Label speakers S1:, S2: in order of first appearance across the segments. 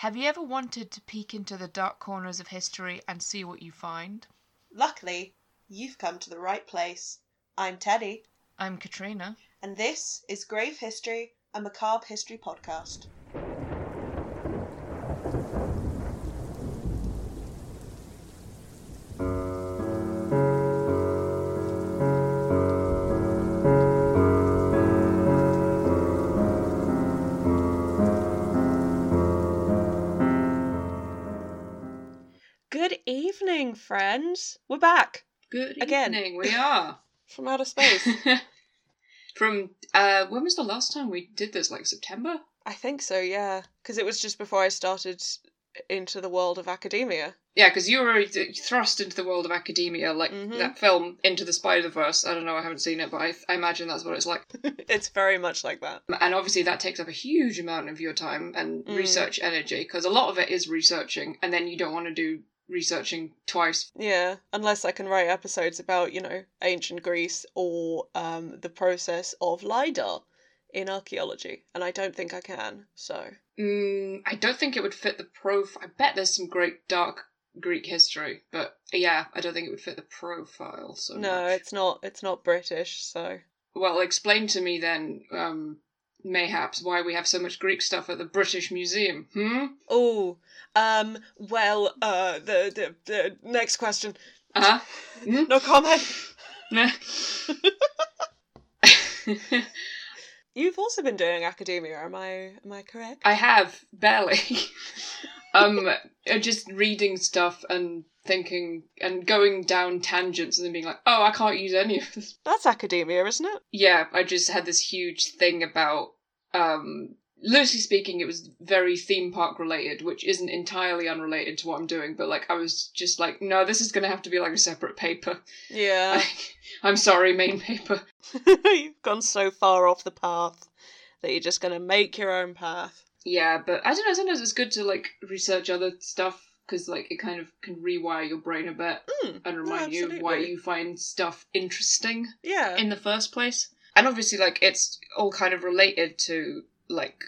S1: Have you ever wanted to peek into the dark corners of history and see what you find?
S2: Luckily, you've come to the right place. I'm Teddy,
S1: I'm Katrina.
S2: and this is Grave History, a macabre history podcast. Good evening, friends. We're back
S3: Good
S2: Again.
S3: evening. We are
S2: from outer space.
S3: from uh, when was the last time we did this? Like September?
S2: I think so, yeah. Because it was just before I started into the world of academia.
S3: Yeah, because you were already thrust into the world of academia, like
S2: Mhm.
S3: that film Into the Spider Verse. I don't know, I haven't seen it, but I, I imagine that's what it's like.
S2: it's very much like that.
S3: And obviously, that takes up a huge amount of your time and
S2: Mm.
S3: research energy, because a lot of it is researching, and then you don't want to do researching twice.
S2: Yeah, unless I can write episodes about, you know, ancient Greece or um, the process of LIDAR in archaeology. And I don't think I can, so.
S3: Mm, I don't think it would fit the prof. I bet there's some great dark Greek history, but yeah, I don't think it would fit the profile. So
S2: No,
S3: much.
S2: it's not it's not British, so
S3: Well, explain to me then, um, mayhaps, why we have so much Greek stuff at the British Museum. Hmm?
S2: Oh, um well uh the the, the next question.
S3: Uh Hmm?
S2: No comment.
S3: Nah.
S2: You've also been doing academia, am I am I correct?
S3: I have, barely. um, uh, just reading stuff and thinking and going down tangents and then being like, oh, I can't use any of this.
S2: That's academia, isn't it?
S3: Yeah, I just had this huge thing about, um, loosely speaking, it was very theme park related, which isn't entirely unrelated to what I'm doing, but like, I was just like, no, this is gonna have to be like a separate paper.
S2: Yeah.
S3: I'm sorry, main paper.
S2: You've gone so far off the path that you're just going to make your own path.
S3: Yeah, but I don't know. Sometimes it's good to like research other stuff because like it kind of can rewire your brain a bit
S2: Mm,
S3: and remind you of why
S2: absolutely.
S3: you find stuff interesting
S2: yeah.
S3: in the first place. And obviously, like it's all kind of related to like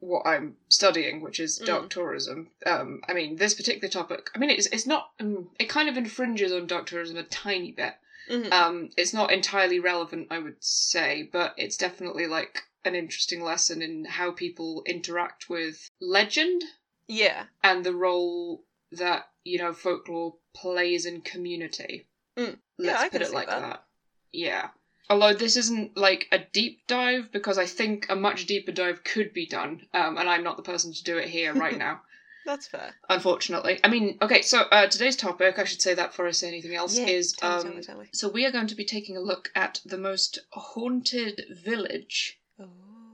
S3: what I'm studying, which is
S2: Mm.
S3: dark tourism. Um, I mean, this particular topic. I mean, it's it's not. Um, it kind of infringes on dark tourism a tiny bit.
S2: Mhm.
S3: Um, it's not entirely relevant, I would say, but it's definitely like an interesting lesson in how people interact with legend
S2: yeah.
S3: and the role that you know folklore plays in community.
S2: Mm. Yeah,
S3: Let's
S2: I
S3: put
S2: can
S3: it
S2: see
S3: like
S2: that.
S3: that. Yeah. Although this isn't like a deep dive because I think a much deeper dive could be done, um, and I'm not the person to do it here right now,
S2: That's fair.
S3: unfortunately. I mean, okay, so uh, today's topic, I should say that before I say anything else,
S2: Yeah,
S3: is
S2: tell me, tell
S3: um,
S2: me, tell me.
S3: so we are going to be taking a look at the most haunted village
S2: Oh.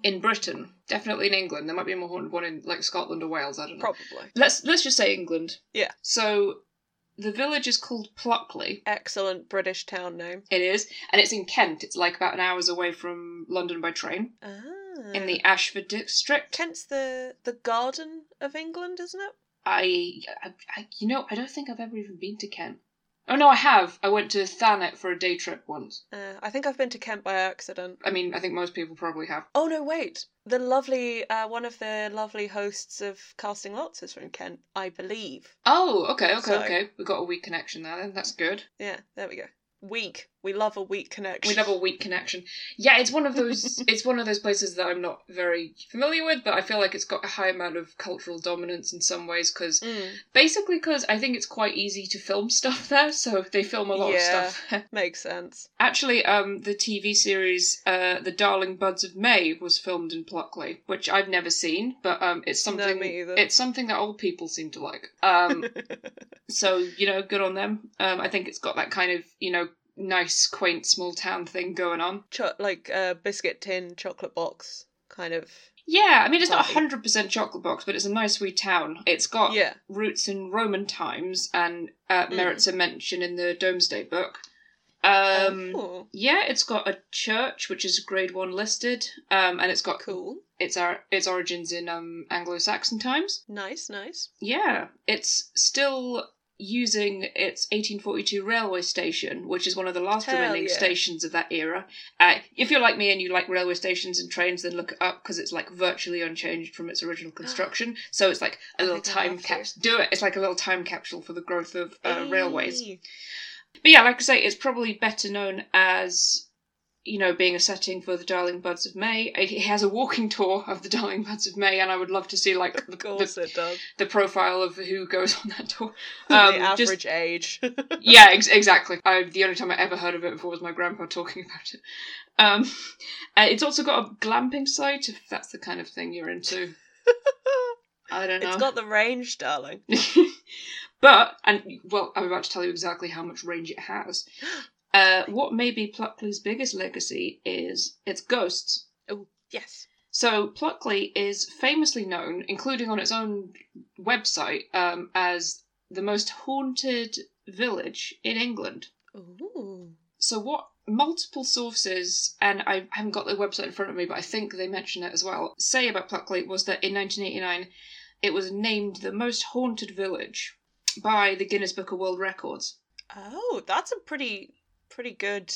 S3: in Britain. Definitely in England. There might be a more haunted one in like Scotland or Wales, I don't know.
S2: Probably.
S3: let's let's just say England.
S2: Yeah.
S3: So the village is called Pluckley.
S2: Excellent British town name.
S3: It is, and it's in Kent. It's like about an hour's away from London by train.
S2: Ah.
S3: In the Ashford district.
S2: Kent's the the garden of England, isn't it?
S3: I, I, I you know, I don't think I've ever even been to Kent. Oh no, I have. I went to Thanet for a day trip once.
S2: Uh, I think I've been to Kent by accident.
S3: I mean, I think most people probably have.
S2: Oh no, wait. The lovely uh, one of the lovely hosts of Casting Lots is from Kent, I believe.
S3: Oh, okay, okay,
S2: So-
S3: okay. We got a weak connection there then. That's good.
S2: Yeah, there we go. Weak. We love a weak connection.
S3: We love a weak connection. Yeah, it's one of those it's one of those places that I'm not very familiar with, but I feel like it's got a high amount of cultural dominance in some ways cuz
S2: Mm,
S3: basically cuz I think it's quite easy to film stuff there, so they film a lot
S2: Yeah.
S3: of stuff.
S2: makes sense.
S3: Actually, um the TV series uh The Darling Buds of May was filmed in Pluckley, which I've never seen, but um it's
S2: No,
S3: something
S2: me either.
S3: it's something that old people seem to like. Um so you know good on them um i think it's got that kind of you know nice quaint small town thing going on
S2: Cho- like uh, biscuit tin chocolate box kind of.
S3: yeah i mean it's not
S2: Right.
S3: 100% chocolate box but it's a nice wee town it's got
S2: Yeah.
S3: roots in roman times and uh,
S2: Mm.
S3: merits a mention in the domesday book um
S2: Oh,
S3: yeah it's got a church which is grade one listed um and it's got
S2: cool.
S3: its our its origins in um anglo-saxon times
S2: Nice, nice.
S3: yeah it's still using its 1842 railway station, which is one of the last
S2: Hell
S3: remaining
S2: yeah.
S3: stations of that era. Uh, if you're like me and you like railway stations and trains, then look it up because it's like virtually unchanged from its original construction. so it's like a
S2: I
S3: little
S2: think I'll
S3: time
S2: have to.
S3: capsule. Do it. It's like a little time capsule for the growth of uh, railways. But yeah, like I say, it's probably better known as, you know, being a setting for the Darling Buds of May. It it has a walking tour of the Darling Buds of May, and I would love to see like the,
S2: Of course
S3: the,
S2: it does.
S3: the profile of who goes on that tour.
S2: the
S3: Um,
S2: average
S3: just-
S2: age.
S3: yeah, ex- exactly. I, the only time I ever heard of it before was my grandpa talking about it. Um, uh, it's also got a glamping site if that's the kind of thing you're into. I don't know.
S2: it's got the range, darling.
S3: but and well, I'm about to tell you exactly how much range it has. Uh, what may be Pluckley's biggest legacy is its ghosts.
S2: Oh, yes.
S3: So Pluckley is famously known, including on its own website, um, as the most haunted village in England.
S2: Ooh.
S3: So what multiple sources, and I haven't got the website in front of me, but I think they mention it as well, say about Pluckley was that in 1989 it was named the most haunted village by the Guinness Book of World Records.
S2: Oh, that's a pretty pretty good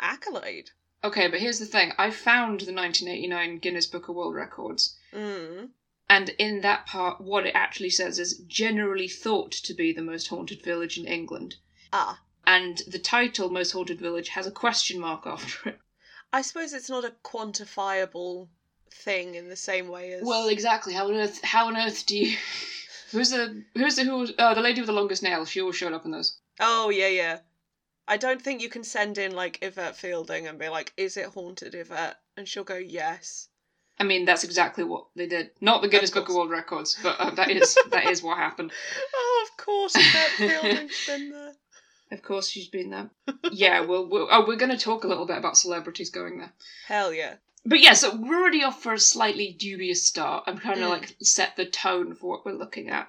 S2: accolade.
S3: Okay, but here's the thing. I found the 1989 Guinness Book of World Records,
S2: Mm.
S3: and in that part, what it actually says is generally thought to be the most haunted village in England.
S2: Ah,
S3: And the title, Most Haunted Village, has a question mark after it.
S2: I suppose it's not a quantifiable thing in the same way as
S3: Well, exactly. How on earth? How on earth do you? Who's the who's the who? Oh, the lady with the longest nail. She always showed up in those.
S2: Oh yeah, yeah. I don't think you can send in like Yvette Fielding and be like, "Is it haunted, Yvette?" And she'll go, "Yes."
S3: I mean, that's exactly what they did. Not the Guinness Book of
S2: course.
S3: World Records, but uh, that is that is what happened.
S2: Oh, of course, Yvette Fielding's been there.
S3: Of course, she's been there. Yeah, well, we'll oh, we're going to talk a little bit about celebrities going there.
S2: Hell yeah.
S3: But yeah, so we're already off for a slightly dubious start. I'm trying to
S2: Mm.
S3: like set the tone for what we're looking at.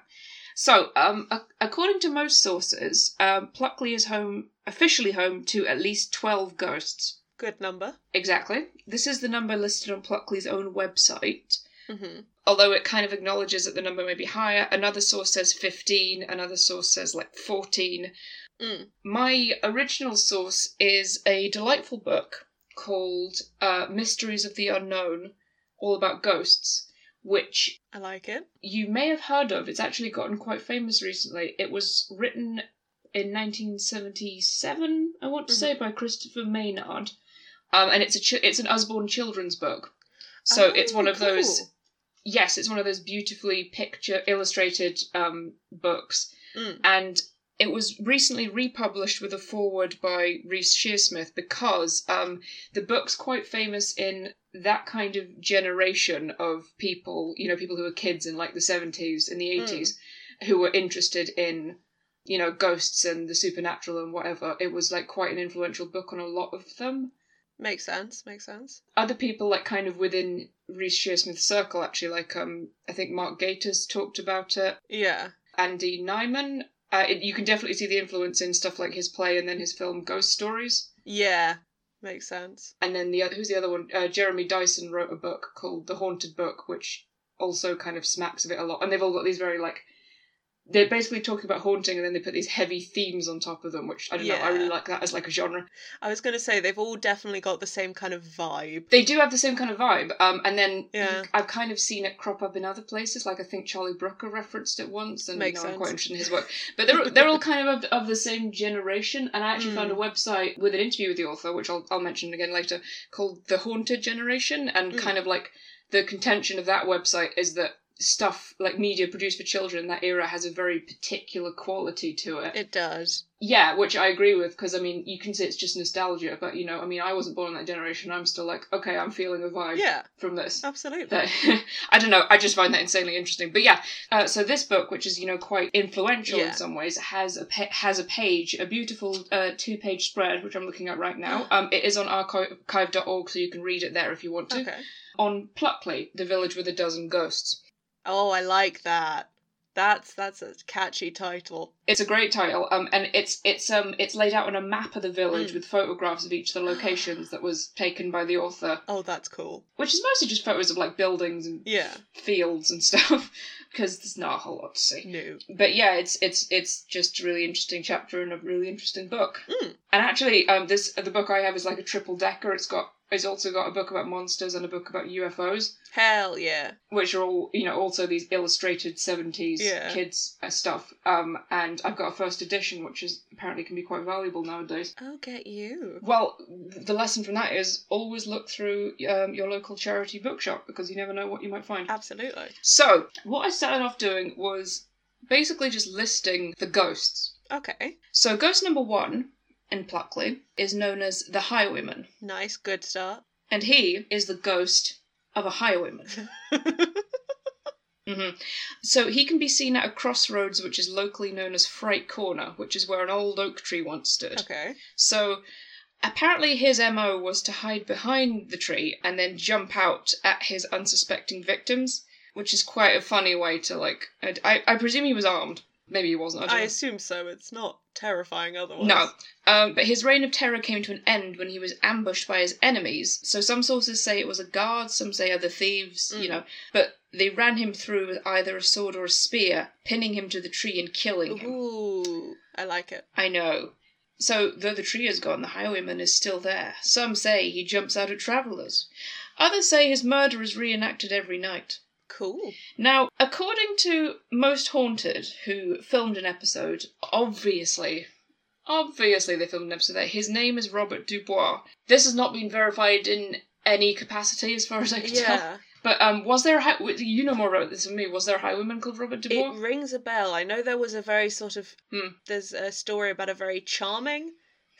S3: So, um, ac- according to most sources, um, Pluckley is home officially home to at least twelve ghosts.
S2: Good number.
S3: Exactly. This is the number listed on Pluckley's own website,
S2: hmm
S3: although it kind of acknowledges that the number may be higher. Another source says 15, another source says like 14.
S2: Mm.
S3: My original source is a delightful book called uh, Mysteries of the Unknown, all about ghosts, which
S2: I like it.
S3: you may have heard of. It's actually gotten quite famous recently. It was written in 1977, I want to
S2: Mm-hmm.
S3: say, by Christopher Maynard, um, and it's a chi- it's an Osborne children's book. So
S2: Oh,
S3: it's one of those.
S2: cool.
S3: Yes, it's one of those beautifully picture illustrated um, books,
S2: Mm.
S3: and it was recently republished with a foreword by Reese Shearsmith because um, the book's quite famous in that kind of generation of people, you know, people who were kids in like the 70s and the 80s who were interested in, you know, ghosts and the supernatural and whatever. It was like quite an influential book on a lot of them.
S2: Makes sense. Makes sense.
S3: Other people, like kind of within Reese Shearsmith's circle, actually, like um, I think Mark Gatiss talked about it.
S2: Yeah.
S3: Andy Nyman. Uh, it, you can definitely see the influence in stuff like his play and then his film Ghost Stories.
S2: Yeah. Makes sense.
S3: And then the oth- who's the other one? Uh, Jeremy Dyson wrote a book called The Haunted Book, which also kind of smacks of it a lot. And they've all got these very like they're basically talking about haunting, and then they put these heavy themes on top of them, which I don't know. I really
S2: Yeah.
S3: like that as like a genre.
S2: I was gonna say they've all definitely got the same kind of vibe.
S3: They do have the same kind of vibe. Um, and then
S2: Yeah.
S3: I've kind of seen it crop up in other places. Like I think Charlie Brooker referenced it once, and you
S2: Makes
S3: know, I'm
S2: sense.
S3: quite interested in his work. But they're they're all kind of of, of the same generation. And I actually found a
S2: Mm.
S3: website with an interview with the author, which I'll I'll mention again later, called The Haunted Generation. And
S2: Mm.
S3: kind of like the contention of that website is that stuff like media produced for children in that era has a very particular quality to it.
S2: It does.
S3: Yeah, which I agree with because I mean, you can say it's just nostalgia, but you know, I mean, I wasn't born in that generation. I'm still like, okay, I'm feeling a vibe
S2: Yeah. Oh.
S3: from this.
S2: Absolutely.
S3: That I don't know. I just find that insanely interesting. But yeah, uh, so this book, which is you know quite influential
S2: Yeah.
S3: in some ways, has a pa- has a page, a beautiful uh, two page spread, which I'm looking at right now. Um, it is on archive.org, so you can read it there if you want to.
S2: Okay.
S3: On Pluckley, the village with a dozen ghosts.
S2: Oh, I like that. That's that's a catchy title.
S3: It's a great title, um, and it's it's um it's laid out on a map of the village
S2: Mm.
S3: with photographs of each of the locations that was taken by the author,
S2: Oh, that's cool.
S3: which is mostly just photos of like buildings and
S2: Yeah.
S3: fields and stuff, because there's not a whole lot to see.
S2: No.
S3: But yeah, it's it's it's just a really interesting chapter in a really interesting book.
S2: Mm.
S3: And actually, um, this the book I have is like a triple decker. It's got it's also got a book about monsters and a book about UFOs
S2: Hell yeah.
S3: which are all you know also these illustrated 70s
S2: Yeah.
S3: kids uh, stuff um and i've got a first edition which is apparently can be quite valuable nowadays
S2: I'll get you.
S3: well the lesson from that is always look through um, your local charity bookshop because you never know what you might find
S2: Absolutely.
S3: so what i started off doing was basically just listing the ghosts
S2: Okay.
S3: so ghost number one in pluckley is known as the highwayman
S2: Nice. Good start.
S3: and he is the ghost of a highwayman hmm So he can be seen at a crossroads which is locally known as Fright Corner, which is where an old oak tree once stood.
S2: okay.
S3: So apparently his MO was to hide behind the tree and then jump out at his unsuspecting victims, which is quite a funny way to like. I, I- I presume he was armed. Maybe he wasn't. I don't
S2: I
S3: know.
S2: assume so. It's not terrifying otherwise.
S3: No. Um, but his reign of terror came to an end when he was ambushed by his enemies. So some sources say it was a guard, some say other thieves, you
S2: Mm.
S3: know. But they ran him through with either a sword or a spear, pinning him to the tree and killing him.
S2: Ooh. I like it.
S3: I know. So, though the tree is gone, the highwayman is still there. Some say he jumps out at travellers. Others say his murder is reenacted every night.
S2: Cool.
S3: Now, according to Most Haunted, who filmed an episode, obviously, obviously they filmed an episode there, his name is Robert Dubois. This has not been verified in any capacity as far as I can tell.
S2: Yeah.
S3: But um, was there a hi- w- you know more about this than me? Was there a highwayman called Robert Dubois?
S2: It rings a bell. I know there was a very sort of
S3: Hmm.
S2: there's a story about a very charming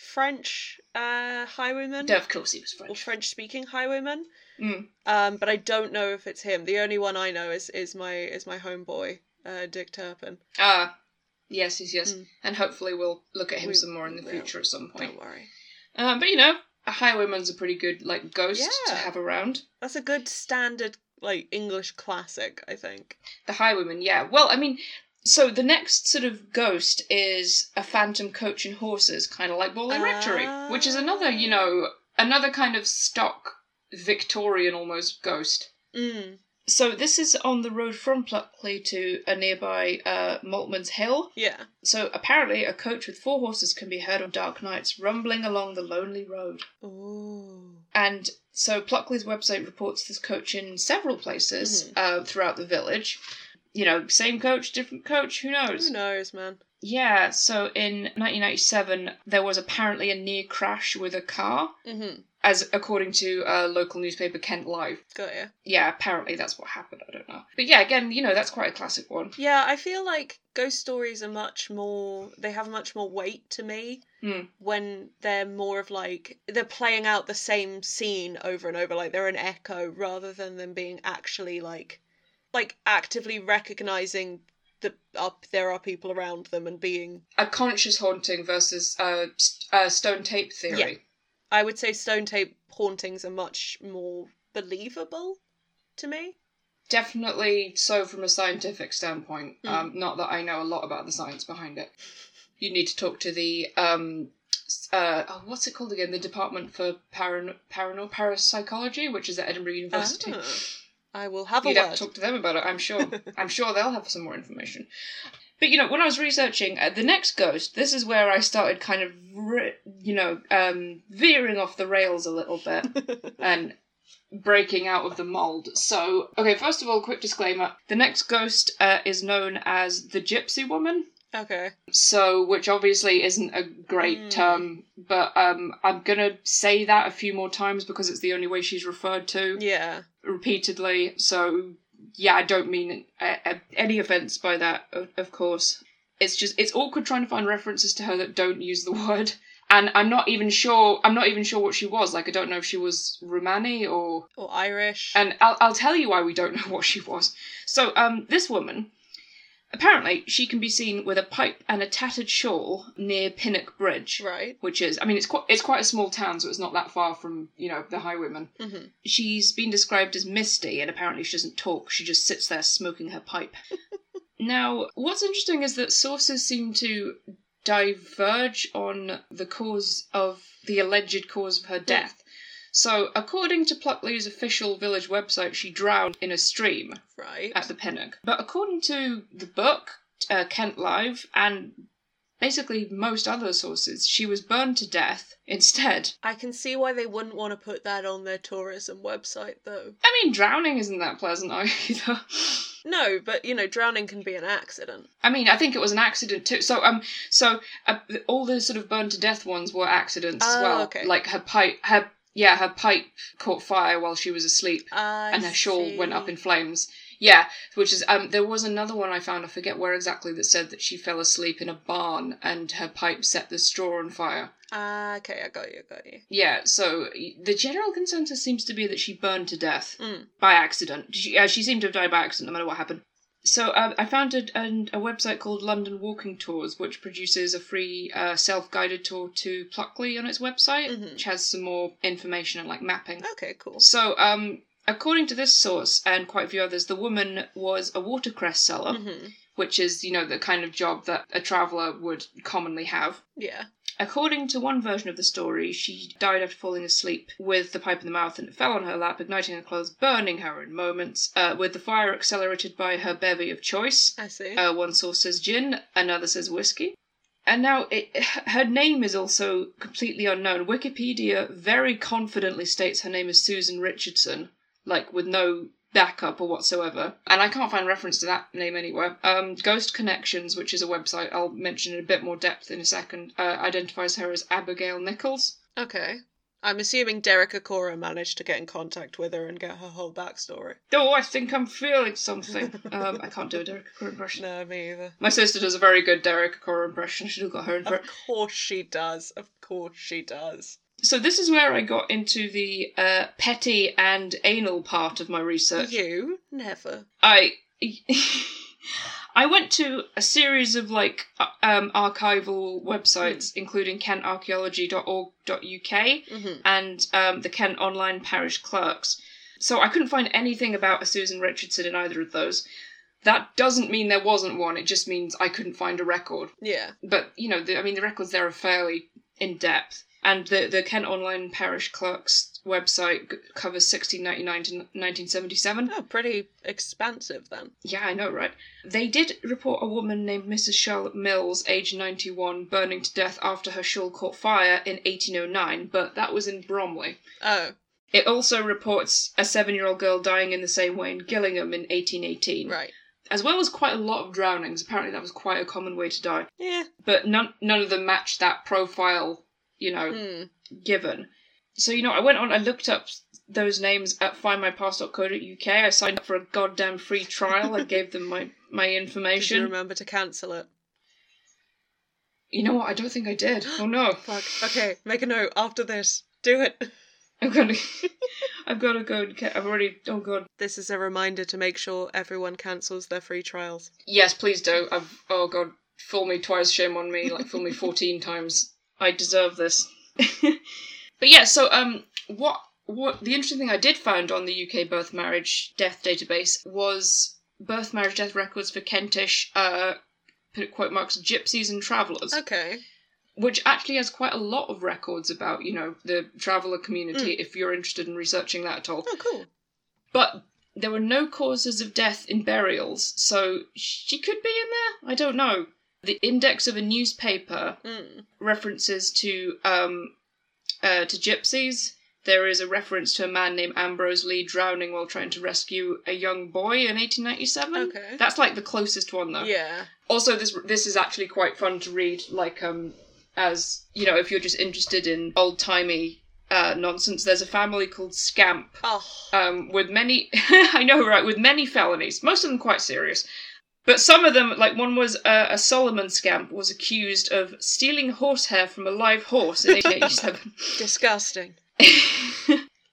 S2: French uh highwayman
S3: Yeah, of course he was
S2: or
S3: French.
S2: French speaking highwayman.
S3: Mm.
S2: Um, but I don't know if it's him. The only one I know is is my is my homeboy, uh, Dick Turpin.
S3: Ah, yes, yes, yes.
S2: Mm.
S3: And hopefully we'll look at him
S2: We-
S3: some more in the
S2: we will.
S3: future at some point.
S2: Don't worry.
S3: Um, but you know, a highwayman's a pretty good like ghost to
S2: Yeah.
S3: have around.
S2: That's a good standard like English classic, I think.
S3: The Highwayman, yeah. Well, I mean, so the next sort of ghost is a phantom coach and horses, kind of like Bawley Rectory,
S2: Ah.
S3: which is another, you know, another kind of stock Victorian almost ghost.
S2: Mm.
S3: So this is on the road from Pluckley to a nearby uh, Maltman's Hill.
S2: Yeah.
S3: So apparently, a coach with four horses can be heard on dark nights rumbling along the lonely road.
S2: Ooh.
S3: And so Pluckley's website reports this coach in several places
S2: Mm-hmm.
S3: uh, throughout the village. You know, same coach, different coach, who knows?
S2: Who knows, man?
S3: Yeah, so in 1997, there was apparently a near crash with a car,
S2: Mm-hmm.
S3: as according to uh, local newspaper Kent Live.
S2: Got you.
S3: Yeah, apparently that's what happened, I don't know. But yeah, again, you know, that's quite a classic one.
S2: Yeah, I feel like ghost stories are much more. They have much more weight to me
S3: Mm.
S2: when they're more of like they're playing out the same scene over and over. Like they're an echo rather than them being actually like, like actively recognizing that up there are people around them and being.
S3: A conscious haunting versus uh, st- uh, stone tape theory.
S2: Yeah. I would say stone tape hauntings are much more believable to me.
S3: Definitely so from a scientific standpoint.
S2: Mm.
S3: Um, not that I know a lot about the science behind it. You need to talk to the um, s- uh, oh, what's it called again? The Department for Paran- Paranormal Parapsychology, which is at Edinburgh University.
S2: Ah, I will have a
S3: You'd have
S2: word.
S3: to talk to them about it. I'm sure. I'm sure they'll have some more information. But you know, when I was researching uh, the next ghost, this is where I started kind of, re- you know, um, veering off the rails a little bit and breaking out of the mold. So, okay, first of all, quick disclaimer: the next ghost uh, is known as the Gypsy Woman.
S2: okay.
S3: So, which obviously isn't a great
S2: Mm.
S3: term, but um, I'm gonna say that a few more times because it's the only way she's referred to
S2: Yeah.
S3: repeatedly. So yeah, I don't mean uh, uh, any offense by that, of, of course. It's just it's awkward trying to find references to her that don't use the word. And I'm not even sure. I'm not even sure what she was. Like I don't know if she was Romani or
S2: Or Irish.
S3: and I'll, I'll tell you why we don't know what she was. So, um, this woman, apparently, she can be seen with a pipe and a tattered shawl near Pinnock Bridge,
S2: right.
S3: which is, I mean, it's quite it's quite a small town, so it's not that far from you know the highwayman.
S2: hmm
S3: She's been described as misty, and apparently she doesn't talk. She just sits there smoking her pipe. Now, what's interesting is that sources seem to diverge on the cause of the alleged cause of her death. So, according to Pluckley's official village website, she drowned in a stream
S2: Right.
S3: at the Pinnock. But according to the book, uh, Kent Live, and basically most other sources, she was burned to death instead.
S2: I can see why they wouldn't want to put that on their tourism website, though.
S3: I mean, drowning isn't that pleasant either.
S2: No, but you know, drowning can be an accident.
S3: I mean, I think it was an accident too. So, um, so uh, all the sort of burned to death ones were accidents as
S2: Oh,
S3: well.
S2: okay.
S3: Like her pipe, her yeah, her pipe caught fire while she was asleep,
S2: I
S3: and her shawl went up
S2: see.
S3: in flames. Yeah, which is um, there was another one I found. I forget where exactly that said that she fell asleep in a barn and her pipe set the straw on fire.
S2: Ah, okay, I got you, I got you.
S3: Yeah, so the general consensus seems to be that she burned to death
S2: Mm.
S3: by accident. She, uh, she seemed to have died by accident, no matter what happened. So uh, I found a, an a website called London Walking Tours, which produces a free uh, self-guided tour to Pluckley on its website,
S2: Mhm.
S3: which has some more information and like mapping.
S2: Okay, cool.
S3: So, um, according to this source and quite a few others, the woman was a watercress seller,
S2: hmm
S3: which is you know the kind of job that a traveller would commonly have.
S2: Yeah.
S3: According to one version of the story, she died after falling asleep with the pipe in the mouth and it fell on her lap, igniting her clothes, burning her in moments, uh, with the fire accelerated by her bevy of choice.
S2: I see.
S3: Uh, one source says gin, another says whiskey. And now, it, her name is also completely unknown. Wikipedia very confidently states her name is Susan Richardson, like with no backup or whatsoever. And I can't find reference to that name anywhere. Um, Ghost Connections, which is a website I'll mention in a bit more depth in a second, uh, identifies her as Abigail Nichols.
S2: okay. I'm assuming Derek Akora managed to get in contact with her and get her whole backstory.
S3: Oh, I think I'm feeling something. um, I can't do a Derek Cora impression.
S2: No, me either.
S3: My sister does a very good Derek Cora impression. I should have got her in for it.
S2: Of course she does. Of course she does.
S3: So this is where I got into the uh, petty and anal part of my research.
S2: You never.
S3: I I went to a series of like uh, um, archival websites, including kentarchaeology.org.uk
S2: Mm-hmm.
S3: and um, the Kent Online Parish Clerks. So I couldn't find anything about a Susan Richardson in either of those. That doesn't mean there wasn't one. It just means I couldn't find a record
S2: Yeah.
S3: but you know, the, I mean, the records there are fairly in depth, and the the Kent Online Parish Clerks website g- covers 1699 to 1977.
S2: Oh, pretty expansive then.
S3: Yeah, I know, right? They did report a woman named Mrs. Charlotte Mills, aged 91, burning to death after her shawl caught fire in 1809, but that was in Bromley.
S2: Oh,
S3: It also reports a seven-year-old girl dying in the same way in Gillingham in 1818,
S2: right.
S3: as well as quite a lot of drownings. Apparently, that was quite a common way to die
S2: Yeah.
S3: but none none of them matched that profile, you know,
S2: Hmm.
S3: given. So you know, I went on, I looked up those names at findmypast.co.uk. I signed up for a goddamn free trial. I gave them my my
S2: Did you
S3: information.
S2: remember to cancel it?
S3: You know what? I don't think I did. Oh no!
S2: Fuck. Okay, make a note after this. Do it.
S3: I'm gonna, I've got to go. And ca- I've already. Oh god.
S2: This is a reminder to make sure everyone cancels their free trials.
S3: Yes, please do. I've. Oh god. Fool me twice, shame on me. Like fool me fourteen times. I deserve this. but yeah, so um, what what the interesting thing I did find on the UK birth marriage death database was birth marriage death records for Kentish uh put quote marks gypsies and travellers,
S2: Okay.
S3: which actually has quite a lot of records about you know the traveller community if you're interested in researching that at all.
S2: Oh, cool.
S3: But there were no causes of death in burials, so she could be in there. I don't know. The index of a newspaper
S2: Mm.
S3: references to um uh, to gypsies. There is a reference to a man named Ambrose Lee drowning while trying to rescue a young boy in 1897.
S2: Okay.
S3: That's like the closest one though.
S2: Yeah.
S3: Also this this is actually quite fun to read like um as you know if you're just interested in old-timey uh, nonsense there's a family called Scamp
S2: Oh.
S3: um, with many, I know, right, with many felonies, most of them quite serious. But some of them, like one was uh, a Solomon scamp, was accused of stealing horsehair from a live horse in 1887.
S2: Disgusting.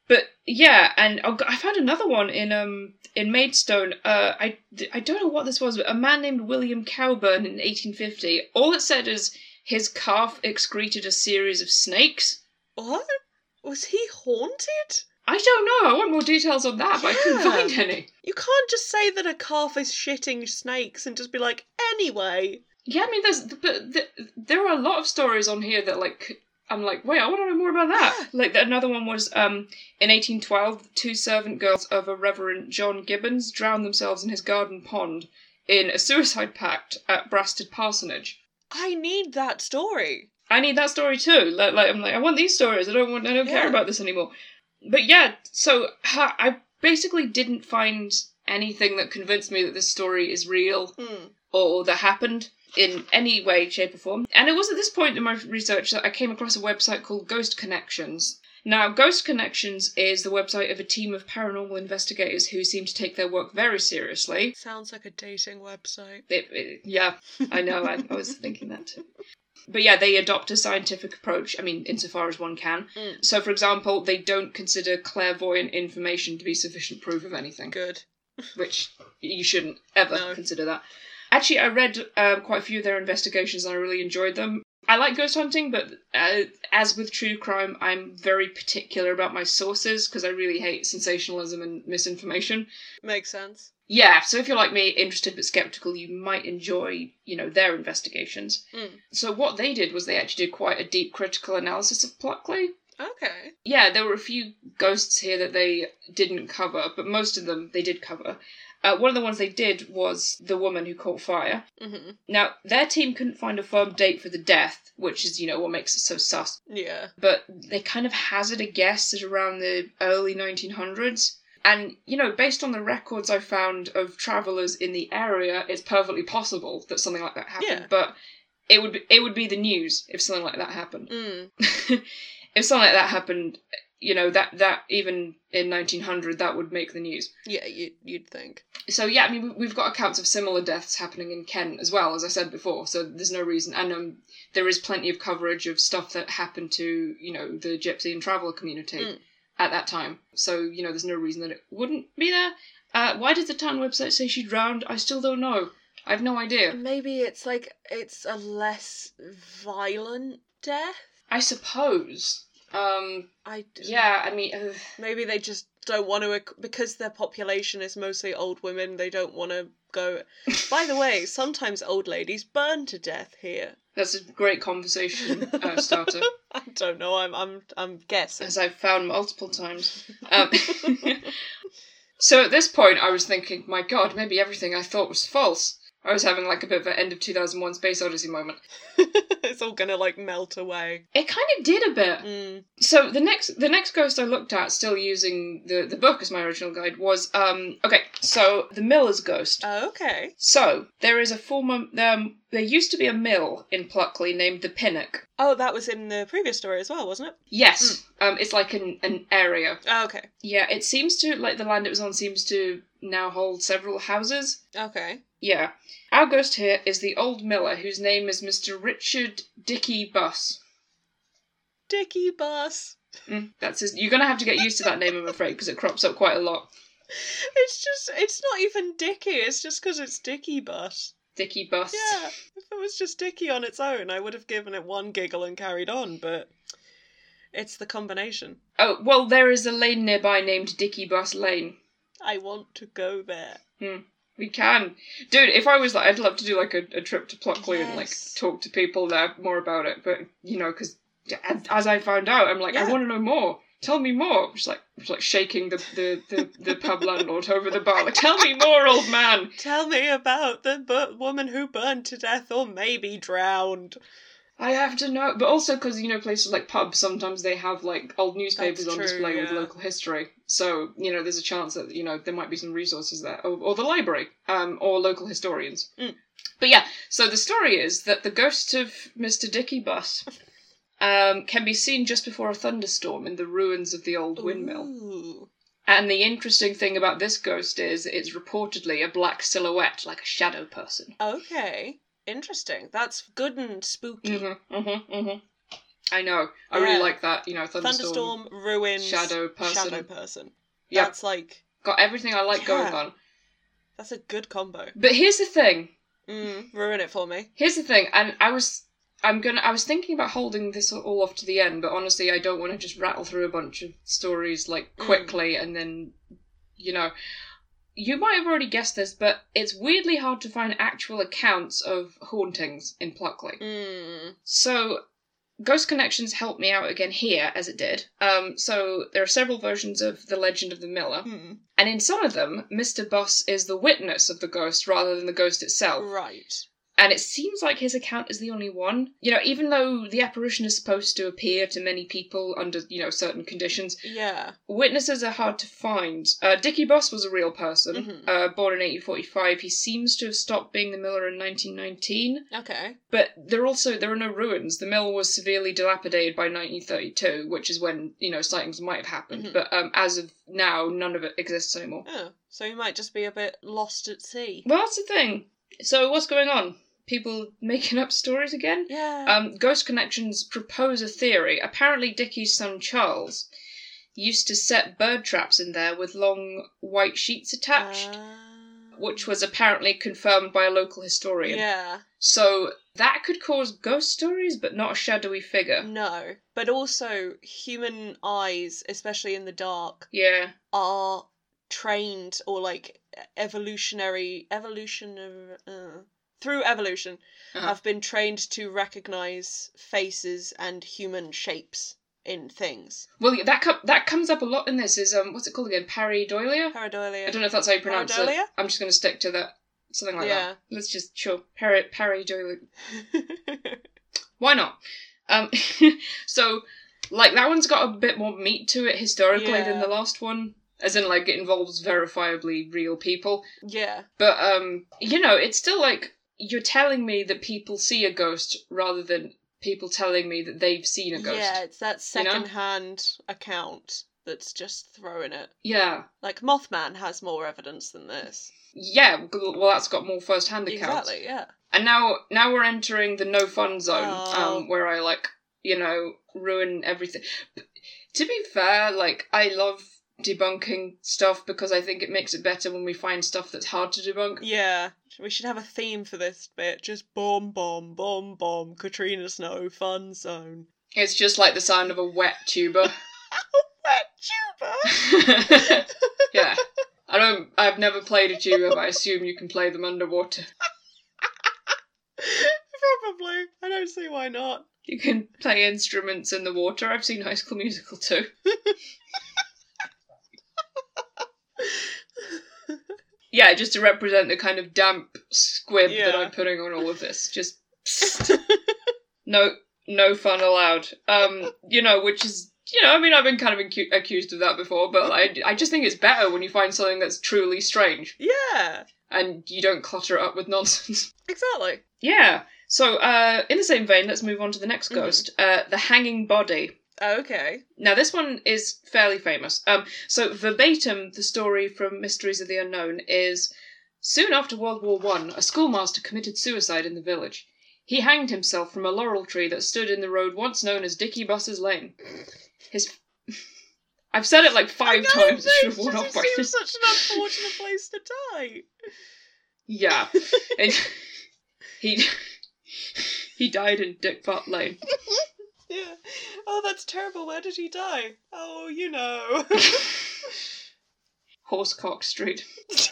S3: but yeah, and oh, God, I found another one in um in Maidstone. Uh, I I don't know what this was, but a man named William Cowburn in 1850. All it said is his calf excreted a series of snakes.
S2: What? Was he haunted?
S3: I don't know. I want more details on that, but I couldn't
S2: Yeah.
S3: find any.
S2: You can't just say that a calf is shitting snakes and just be like, anyway.
S3: Yeah, I mean, there's but th- there are a lot of stories on here that like I'm like, wait, I want to know more about that. like another one was um in 1812, two servant girls of a Reverend John Gibbons drowned themselves in his garden pond in a suicide pact at Brasted Parsonage.
S2: I need that story.
S3: I need that story too. Like, like I'm like, I want these stories. I don't want. I don't
S2: Yeah.
S3: care about this anymore. But yeah, so ha, I basically didn't find anything that convinced me that this story is real
S2: Hmm.
S3: or that happened in any way, shape, or form. And it was at this point in my research that I came across a website called Ghost Connections. Now, Ghost Connections is the website of a team of paranormal investigators who seem to take their work very seriously.
S2: Sounds like a dating website.
S3: It, it- yeah, I know. I, I was thinking that too. But yeah, they adopt a scientific approach. I mean, insofar as one can.
S2: Mm.
S3: So, for example, they don't consider clairvoyant information to be sufficient proof of anything,
S2: Good.
S3: which you shouldn't ever
S2: No.
S3: consider that. Actually, I read um, quite a few of their investigations and I really enjoyed them. I like ghost hunting, but uh, as with true crime, I'm very particular about my sources because I really hate sensationalism and misinformation
S2: Makes sense.
S3: yeah so if you're like me interested but skeptical you might enjoy you know their investigations
S2: Mm.
S3: so what they did was they actually did quite a deep critical analysis of pluckley
S2: Okay.
S3: yeah there were a few ghosts here that they didn't cover but most of them they did cover uh, one of the ones they did was the woman who caught fire
S2: hmm
S3: now their team couldn't find a firm date for the death which is you know what makes it so sus
S2: Yeah.
S3: but they kind of hazard a guess at around the early 1900s. And, you know, based on the records I found of travellers in the area, it's perfectly possible that something like that happened.
S2: Yeah.
S3: But it would, be, it would be the news if something like that happened.
S2: Mm.
S3: if something like that happened, you know, that, that even in 1900, that would make the news.
S2: Yeah, you, you'd think.
S3: So, yeah, I mean, we- we've got accounts of similar deaths happening in Kent as well, as I said before. So there's no reason. And um, there is plenty of coverage of stuff that happened to, you know, the gypsy and traveller community
S2: Mm.
S3: at that time. So, you know, there's no reason that it wouldn't be there. Uh, why did the town website say she drowned? I still don't know. I have no idea.
S2: Maybe it's like, it's a less violent death?
S3: I suppose. Um,
S2: I
S3: yeah, I mean, uh,
S2: Maybe they just don't want to, because their population is mostly old women, they don't want to go. By the way, sometimes old ladies burn to death here.
S3: that's a great conversation uh, starter.
S2: I don't know, I'm I'm, I'm guessing.
S3: as I've found multiple times. Um, so at this point, I was thinking, my god, maybe everything I thought was false. I was having like a bit of an end of 2001 Space Odyssey moment.
S2: it's all gonna like melt away.
S3: It kind of did a bit.
S2: Mm.
S3: So the next the next ghost I looked at, still using the, the book as my original guide, was um okay. So the miller's ghost.
S2: Oh, okay.
S3: So there is a former um, there used to be a mill in Pluckley named the Pinnock.
S2: Oh, that was in the previous story as well, wasn't it?
S3: Yes, um, it's like an an area.
S2: Oh, okay.
S3: Yeah, it seems to like the land it was on seems to now hold several houses.
S2: Okay.
S3: Yeah. Our ghost here is the old miller whose name is Mr. Richard Dickey Buss.
S2: Dicky bus.
S3: Mm, that's his, you're gonna have to get used to that name, I'm afraid, because it crops up quite a lot.
S2: It's just, it's not even Dicky. It's just because it's Dicky bus.
S3: Dickey Buss.
S2: Yeah. If it was just Dicky on its own, I would have given it one giggle and carried on. But it's the combination.
S3: Oh well, there is a lane nearby named Dickey Buss Lane.
S2: I want to go there.
S3: We can, dude. If I was like, I'd love to do like a, a trip to Pluckley and like
S2: Yes.
S3: talk to people there more about it. But you know, because as I found out, I'm like, I
S2: Yeah.
S3: want to know more. Tell me more. Just like, just like shaking the the, the, the pub landlord over the bar. Like, tell me more, old man.
S2: Tell me about the bu- woman who burned to death or maybe drowned.
S3: I have to know. But also because you know, places like pubs sometimes they have like old newspapers
S2: That's
S3: on
S2: true,
S3: display with
S2: yeah.
S3: local history. So you know, there's a chance that you know there might be some resources there, or, or the library, um, or local historians.
S2: Mm.
S3: But yeah, so the story is that the ghost of Mister Dicky Bus. Um, can be seen just before a thunderstorm in the ruins of the old windmill.
S2: Ooh.
S3: And the interesting thing about this ghost is it's reportedly a black silhouette, like a shadow person.
S2: Okay. Interesting. That's good and spooky.
S3: Mm-hmm, mm-hmm, mm-hmm. I know. I really
S2: Yeah.
S3: like that. You know, thunderstorm.
S2: Thunderstorm, ruins,
S3: shadow person.
S2: shadow person.
S3: Yeah.
S2: That's like,
S3: Got everything I like going
S2: Yeah.
S3: on.
S2: that's a good combo.
S3: But here's the thing.
S2: Mm, ruin it for me.
S3: Here's the thing. And I was, I'm gonna. I was thinking about holding this all off to the end, but honestly, I don't want to just rattle through a bunch of stories like
S2: Mm.
S3: quickly and then, you know, you might have already guessed this, but it's weirdly hard to find actual accounts of hauntings in Pluckley.
S2: Mm.
S3: So, Ghost Connections helped me out again here, as it did. Um, so there are several versions of the Legend of the Miller,
S2: Hmm.
S3: and in some of them, Mr. Boss is the witness of the ghost rather than the ghost itself.
S2: Right.
S3: And it seems like his account is the only one. You know, even though the apparition is supposed to appear to many people under, you know, certain conditions,
S2: Yeah.
S3: witnesses are hard to find. Uh, Dickie Boss was a real person,
S2: Mhm.
S3: uh, born in 1845. He seems to have stopped being the miller in 1919,
S2: Okay.
S3: but there also there are no ruins. The mill was severely dilapidated by 1932, which is when you know sightings might have happened.
S2: Mhm.
S3: But um, as of now, none of it exists anymore.
S2: Oh, so he might just be a bit lost at sea.
S3: Well, that's the thing. So what's going on? People making up stories again?
S2: Yeah.
S3: Um, Ghost Connections propose a theory. Apparently, Dickie's son Charles used to set bird traps in there with long white sheets attached,
S2: Ah.
S3: which was apparently confirmed by a local historian.
S2: Yeah.
S3: So that could cause ghost stories, but not a shadowy figure.
S2: No. But also, human eyes, especially in the dark,
S3: Yeah,
S2: are trained or like evolutionary evolution uh, through evolution
S3: Uh-huh.
S2: have been trained to recognize faces and human shapes in things.
S3: well, that com- that comes up a lot in this. Is um, what's it called again? Pareidolia.
S2: Pareidolia.
S3: I don't know if that's how you pronounce
S2: Pareidolia?
S3: it. I'm just going to stick to that. Something like
S2: Yeah.
S3: that. Let's just sure. Pari- pareidolia. Why not? Um, so, like, that one's got a bit more meat to it historically than
S2: Yeah.
S3: the last one. As in, like, it involves verifiably real people.
S2: yeah.
S3: But, um, you know, it's still like you're telling me that people see a ghost rather than people telling me that they've seen a ghost.
S2: Yeah, it's that
S3: you know?
S2: second-hand account that's just throwing it.
S3: Yeah.
S2: Like Mothman has more evidence than this.
S3: Yeah, well, that's got more first hand accounts.
S2: Exactly. Yeah.
S3: And now, now we're entering the no fun zone,
S2: Oh.
S3: um, where I like, you know, ruin everything. But to be fair, like I love debunking stuff because I think it makes it better when we find stuff that's hard to debunk.
S2: Yeah. We should have a theme for this bit. Just bomb, bomb, bomb, bomb. Katrina Snow fun zone.
S3: It's just like the sound of a wet tuba.
S2: Wet tuba.
S3: yeah, I don't. I've never played a tuba, but I assume you can play them underwater.
S2: Probably. I don't see why not.
S3: You can play instruments in the water. I've seen High School Musical too. yeah, just to represent the kind of damp squib that
S2: Yeah.
S3: I'm putting on all of this. Just no, no fun allowed. Um, you know, which is you know, I mean, I've been kind of acu- accused of that before, but I, I just think it's better when you find something that's truly strange
S2: yeah.
S3: and you don't clutter it up with nonsense.
S2: Exactly.
S3: yeah. So, uh, in the same vein, let's move on to the next
S2: Mhm.
S3: ghost, uh, the hanging body.
S2: Okay.
S3: Now, this one is fairly famous. Um, so verbatim, the story from Mysteries of the Unknown is soon after World War One, a schoolmaster committed suicide in the village. He hanged himself from a laurel tree that stood in the road once known as Dicky Buss's Lane. His I've said it like five
S2: I know,
S3: times. It should have
S2: it
S3: worn off
S2: just
S3: by
S2: seems
S3: this.
S2: such an unfortunate place to die.
S3: Yeah. And he he died in Dick Butt Lane.
S2: Yeah. Oh, that's terrible. Where did he die? Oh, you know.
S3: Horsecock Street.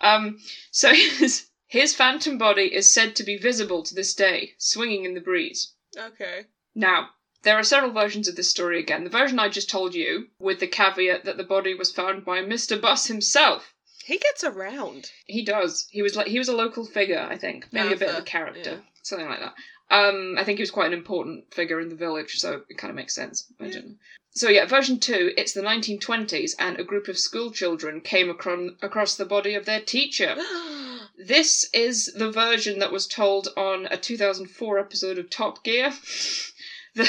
S3: um, so his, his phantom body is said to be visible to this day, swinging in the breeze.
S2: okay.
S3: Now, there are several versions of this story again. The version I just told you, with the caveat that the body was found by Mr. Bus himself.
S2: He gets around.
S3: He does. He was like he was a local figure, I think. Maybe a bit of a
S2: Alpha,
S3: character,
S2: yeah.
S3: something like that. Um, I think he was quite an important figure in the village, so it kind of makes sense. I
S2: Yeah.
S3: don't know. So yeah, version two. It's the 1920s, and a group of school children came acron- across the body of their teacher. This is the version that was told on a 2004 episode of Top Gear. the,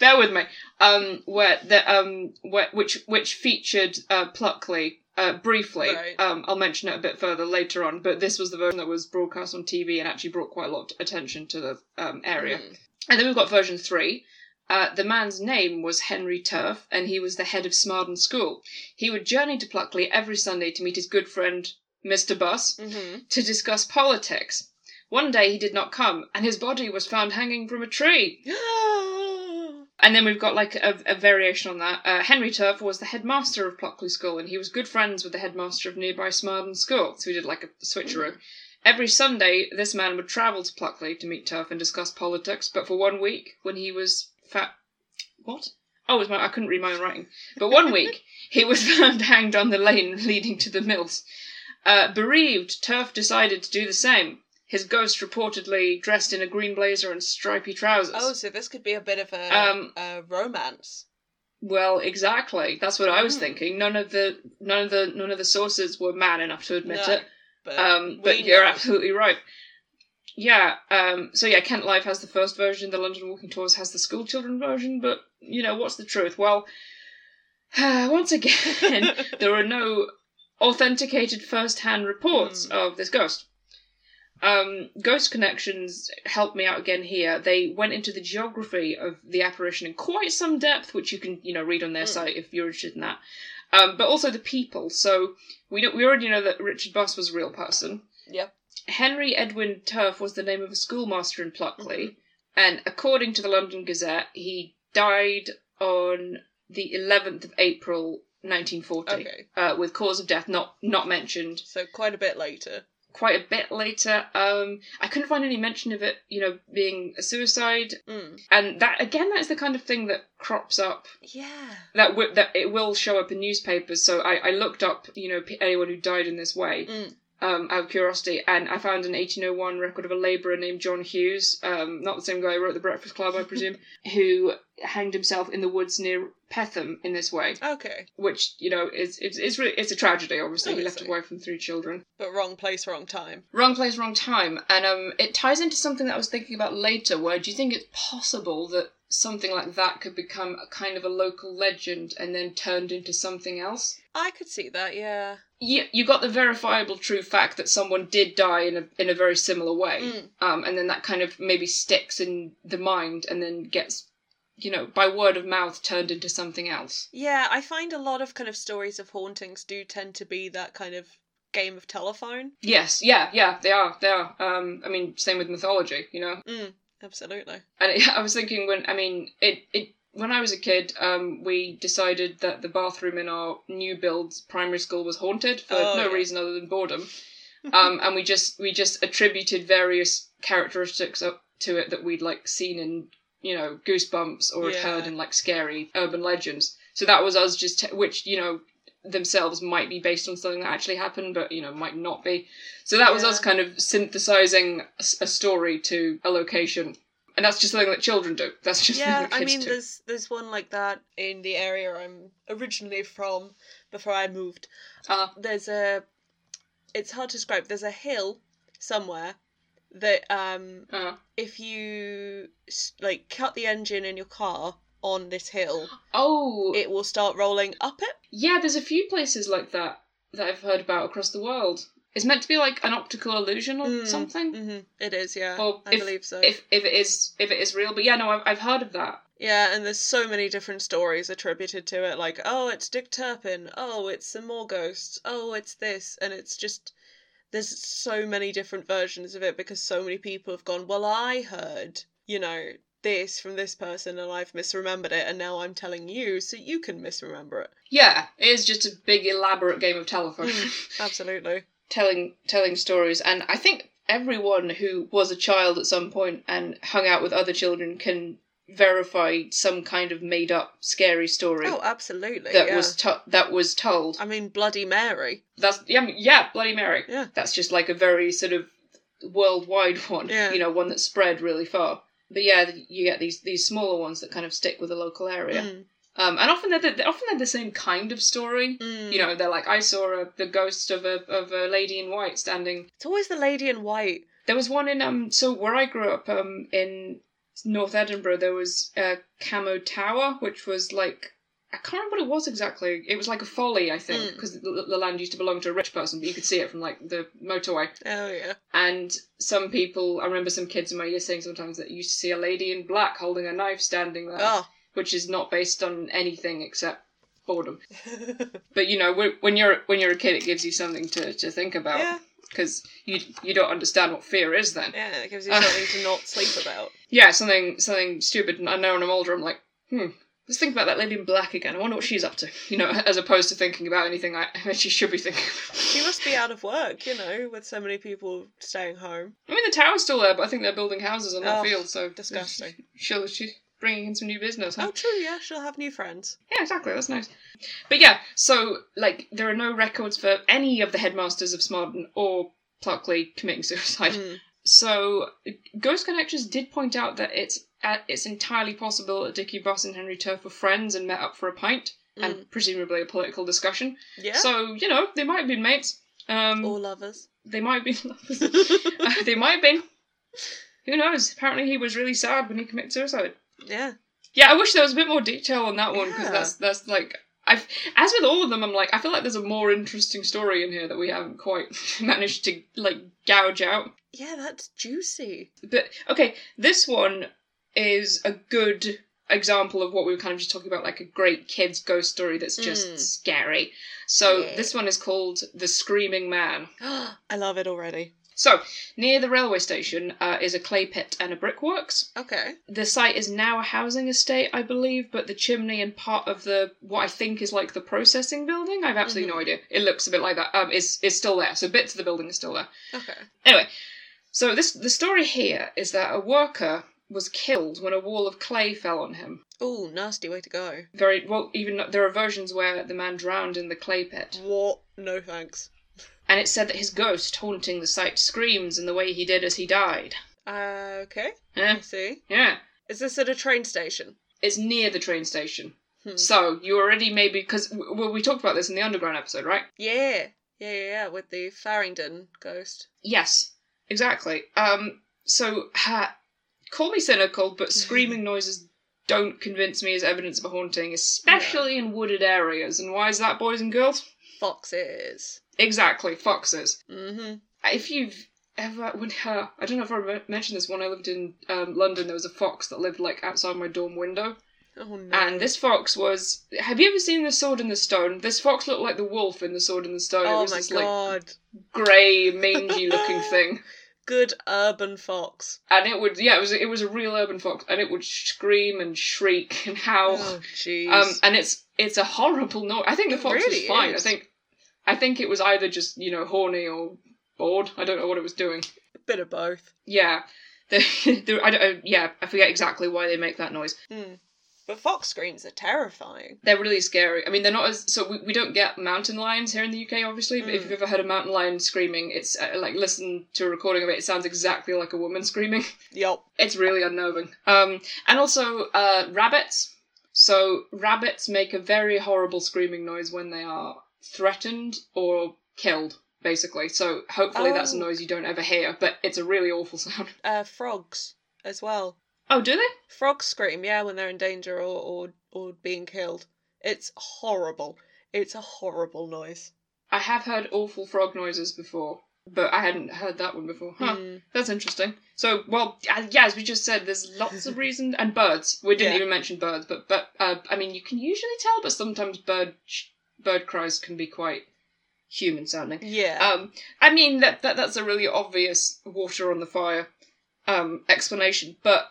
S3: bear with me. Um, where the um, where, which which featured uh, Pluckley uh, briefly.
S2: Right.
S3: Um, I'll mention it a bit further later on. But this was the version that was broadcast on TV and actually brought quite a lot of attention to the um, area.
S2: Mm.
S3: And then we've got version three. Uh, the man's name was Henry Turf, and he was the head of Smarden School. He would journey to Pluckley every Sunday to meet his good friend Mr. Bus
S2: Mhm.
S3: to discuss politics. One day he did not come, and his body was found hanging from a tree. And then we've got like a, a variation on that. Uh, Henry Turf was the headmaster of Pluckley School, and he was good friends with the headmaster of nearby Smarden School. So we did like a switcheroo. Every Sunday, this man would travel to Pluckley to meet Turf and discuss politics. But for one week, when he was fat, what? Oh, it was my, I couldn't read my own writing. But one week, he was found hanged on the lane leading to the mills. Uh, bereaved, Turf decided to do the same. His ghost reportedly dressed in a green blazer and stripy trousers.
S2: oh, so this could be a bit of a,
S3: Um,
S2: a romance.
S3: Well, exactly. That's what I was
S2: Mm.
S3: thinking. None of the none of the none of the sources were man enough to admit
S2: No,
S3: it.
S2: But,
S3: Um,
S2: we
S3: but you're
S2: know.
S3: absolutely right. Yeah. Um, so yeah, Kent Live has the first version. The London Walking Tours has the school children version. But you know what's the truth? Well, once again, there are no authenticated first-hand reports
S2: Mm.
S3: of this ghost. Um, ghost connections helped me out again here. They went into the geography of the apparition in quite some depth, which you can you know read on their
S2: Mm.
S3: site if you're interested in that. Um, but also the people. So we don't, we already know that Richard Buss was a real person.
S2: Yep.
S3: Henry Edwin Turf was the name of a schoolmaster in Pluckley, and according to the London Gazette, he died on the 11th of April 1940,
S2: Okay.
S3: uh, with cause of death not not mentioned.
S2: So quite a bit later.
S3: Quite a bit later, um, I couldn't find any mention of it, you know, being a suicide,
S2: Mm.
S3: and that again, that is the kind of thing that crops up
S2: Yeah.
S3: that w- that it will show up in newspapers. So I, I looked up, you know, p- anyone who died in this way
S2: Mm.
S3: um, out of curiosity, and I found an 1801 record of a labourer named John Hughes, um, not the same guy who wrote The Breakfast Club, I presume, who hanged himself in the woods near Petham in this way,
S2: Okay.
S3: which you know is it's it's, really, it's a tragedy. Obviously, he left a
S2: Obviously.
S3: wife and three children.
S2: But wrong place, wrong time.
S3: Wrong place, wrong time, and um, it ties into something that I was thinking about later. Where do you think it's possible that something like that could become a kind of a local legend and then turned into something else?
S2: I could see that, yeah.
S3: yeah, you got the verifiable true fact that someone did die in a in a very similar way,
S2: Mm.
S3: um, and then that kind of maybe sticks in the mind, and then gets, you know, by word of mouth turned into something else.
S2: Yeah, I find a lot of kind of stories of hauntings do tend to be that kind of game of telephone.
S3: Yes, yeah, yeah, they are, they are. Um, I mean, same with mythology, you know.
S2: Mm, absolutely.
S3: And it, I was thinking when I mean it it when I was a kid, um, we decided that the bathroom in our new build's primary school was haunted for
S2: Oh,
S3: no
S2: yeah.
S3: reason other than boredom, um, and we just we just attributed various characteristics up to it that we'd like seen in you know Goosebumps or had heard
S2: Yeah.
S3: in like scary urban legends. So that was us just t- which you know themselves might be based on something that actually happened, but you know might not be. So that was
S2: Yeah.
S3: us kind of synthesizing a s- a story to a location, and that's just something that children do. That's just
S2: Yeah,
S3: something that
S2: I
S3: kids
S2: mean,
S3: do.
S2: there's there's one like that in the area I'm originally from before I moved.
S3: Ah.
S2: There's a, it's hard to describe. There's a hill somewhere that um
S3: Uh,
S2: if you s- like cut the engine in your car on this hill,
S3: oh,
S2: it will start rolling up it.
S3: yeah. There's a few places like that that I've heard about across the world. It's meant to be like an optical illusion or
S2: Mm,
S3: something.
S2: Mm-hmm. It is, yeah.
S3: Well,
S2: I
S3: if-
S2: believe so.
S3: If if it is if it is real, but yeah, no, I've I've heard of that.
S2: Yeah, and there's so many different stories attributed to it, like, oh, it's Dick Turpin, oh, it's some more ghosts, oh, it's this, and it's just there's so many different versions of it because so many people have gone, well, I heard, you know, this from this person and I've misremembered it, and now I'm telling you so you can misremember it.
S3: Yeah, it is just a big elaborate game of telephone.
S2: Mm, absolutely.
S3: telling telling stories and i think everyone who was a child at some point and hung out with other children can verify some kind of made up scary story
S2: Oh, absolutely.
S3: that
S2: yeah.
S3: was to- that was told
S2: I mean, Bloody Mary.
S3: that's yeah, I mean, yeah bloody mary
S2: Yeah.
S3: that's just like a very sort of worldwide one
S2: Yeah.
S3: you know one that spread really far but yeah you get these these smaller ones that kind of stick with the local area
S2: Mm,
S3: um and often they're the, often they're the same kind of story
S2: mm.
S3: you know they're like i saw a, the ghost of a of a lady in white standing
S2: it's always the lady in white.
S3: there was one in um so where I grew up um in North Edinburgh there was a Camo Tower which was like I can't remember what it was exactly. It was like a folly I think
S2: Mm.
S3: because the, the land used to belong to a rich person, but you could see it from like the motorway.
S2: Oh, yeah.
S3: And some people, I remember some kids in my year saying sometimes that you used to see a lady in black holding a knife standing there,
S2: Oh.
S3: which is not based on anything except boredom. But you know, when when you're when you're a kid, it gives you something to to think about.
S2: yeah,
S3: because you you don't understand what fear is then.
S2: Yeah, it gives you
S3: Uh.
S2: something to not sleep about.
S3: Yeah, something something stupid and unknown. I'm older. I'm like, hmm. Let's think about that lady in black again. I wonder what she's up to. You know, as opposed to thinking about anything I she should be thinking. About.
S2: She must be out of work, you know, with so many people staying home.
S3: I mean, the tower's still there, but I think they're building houses on that
S2: Oh,
S3: field. So
S2: disgusting.
S3: She'll she's bringing in some new business. Huh?
S2: Oh, true. Yeah, she'll have new friends.
S3: Yeah, exactly. That's nice. But yeah, so like there are no records for any of the headmasters of Smodden or Pluckley committing suicide.
S2: Mm.
S3: So Ghost Connections did point out that it's uh, it's entirely possible that Dickie Boss and Henry Turf were friends and met up for a pint and presumably a political discussion.
S2: Mm. Yeah.
S3: So you know they might have been mates. Um,
S2: All lovers.
S3: they might be lovers. Uh, they might have been. Who knows? Apparently, he was really sad when he committed suicide.
S2: yeah.
S3: Yeah, I wish there was a bit more detail on that one because
S2: Yeah.
S3: that's that's like I've as with all of them, I'm like I feel like there's a more interesting story in here that we haven't quite managed to like gouge out.
S2: Yeah, that's juicy.
S3: But okay, this one is a good example of what we were kind of just talking about, like a great kids ghost story that's just
S2: Mm.
S3: scary. So
S2: Yeah.
S3: this one is called The Screaming Man.
S2: I love it already.
S3: So near the railway station uh, is a clay pit and a brickworks.
S2: Okay.
S3: the site is now a housing estate, I believe, but the chimney and part of the what I think is like the processing building, I've absolutely no idea. It looks a bit like that. Um, is is still there. So bits of the building is still there.
S2: Okay.
S3: Anyway, so this the story here is that a worker was killed when a wall of clay fell on him.
S2: Oh, nasty way to go.
S3: Very well, even there are versions where the man drowned in the clay pit,
S2: What? No thanks.
S3: and it's said that his ghost haunting the site screams in the way he did as he died.
S2: Uh, okay.
S3: Eh?
S2: I see.
S3: Yeah,
S2: Is this at a train station?
S3: it's near the train station.
S2: Hmm.
S3: So you already maybe because well we talked about this in the underground episode, right?
S2: Yeah. Yeah, yeah, yeah, with the Farringdon ghost.
S3: Yes, exactly. Um, so ha, call me cynical, but
S2: Mm-hmm.
S3: screaming noises don't convince me as evidence of a haunting, especially in wooded areas. And why is that, boys and girls?
S2: Foxes.
S3: Exactly, foxes.
S2: Mm-hmm.
S3: If you've ever when uh, I don't know if I re- mentioned this when I lived in um, London, there was a fox that lived like outside my dorm window,
S2: Oh no.
S3: and this fox was. Have you ever seen the Sword in the Stone? This fox looked like the wolf in the Sword in the Stone. it
S2: oh
S3: was
S2: my
S3: this, like,
S2: god.
S3: grey, mangy looking thing.
S2: Good urban fox.
S3: And it would, yeah, it was it was a real urban fox, and it would scream and shriek and howl.
S2: Oh jeez.
S3: um, and it's it's a horrible noise. I think the
S2: It
S3: fox
S2: really
S3: was fine.
S2: is.
S3: I think I think it was either just you know horny or bored. I don't know what it was doing.
S2: Bit of both.
S3: Yeah, the, the I don't uh, yeah I forget exactly why they make that noise.
S2: Hmm. But fox screams are terrifying.
S3: They're really scary. I mean, they're not as so we, we don't get mountain lions here in the UK, obviously. But if
S2: Mm.
S3: you've ever heard a mountain lion screaming, it's uh, like listen to a recording of it. It sounds exactly like a woman screaming.
S2: Yup.
S3: It's really unnerving. Um, and also uh, rabbits. So rabbits make a very horrible screaming noise when they are threatened or killed, basically. So hopefully that's a
S2: Oh.
S3: noise you don't ever hear, but it's a really awful sound.
S2: Uh, frogs as well.
S3: Oh, do they?
S2: Frogs scream, yeah, when they're in danger or or, or being killed. It's horrible. It's a horrible noise.
S3: I have heard awful frog noises before, but I hadn't heard that one before. Huh.
S2: Mm.
S3: That's interesting. So, well, uh, yeah, as we just said, there's lots of reason, and birds. We didn't
S2: Yeah.
S3: even mention birds, but but uh, I mean, you can usually tell, but sometimes bird bird cries can be quite human sounding.
S2: Yeah.
S3: Um, I mean that, that that's a really obvious water on the fire um, explanation, but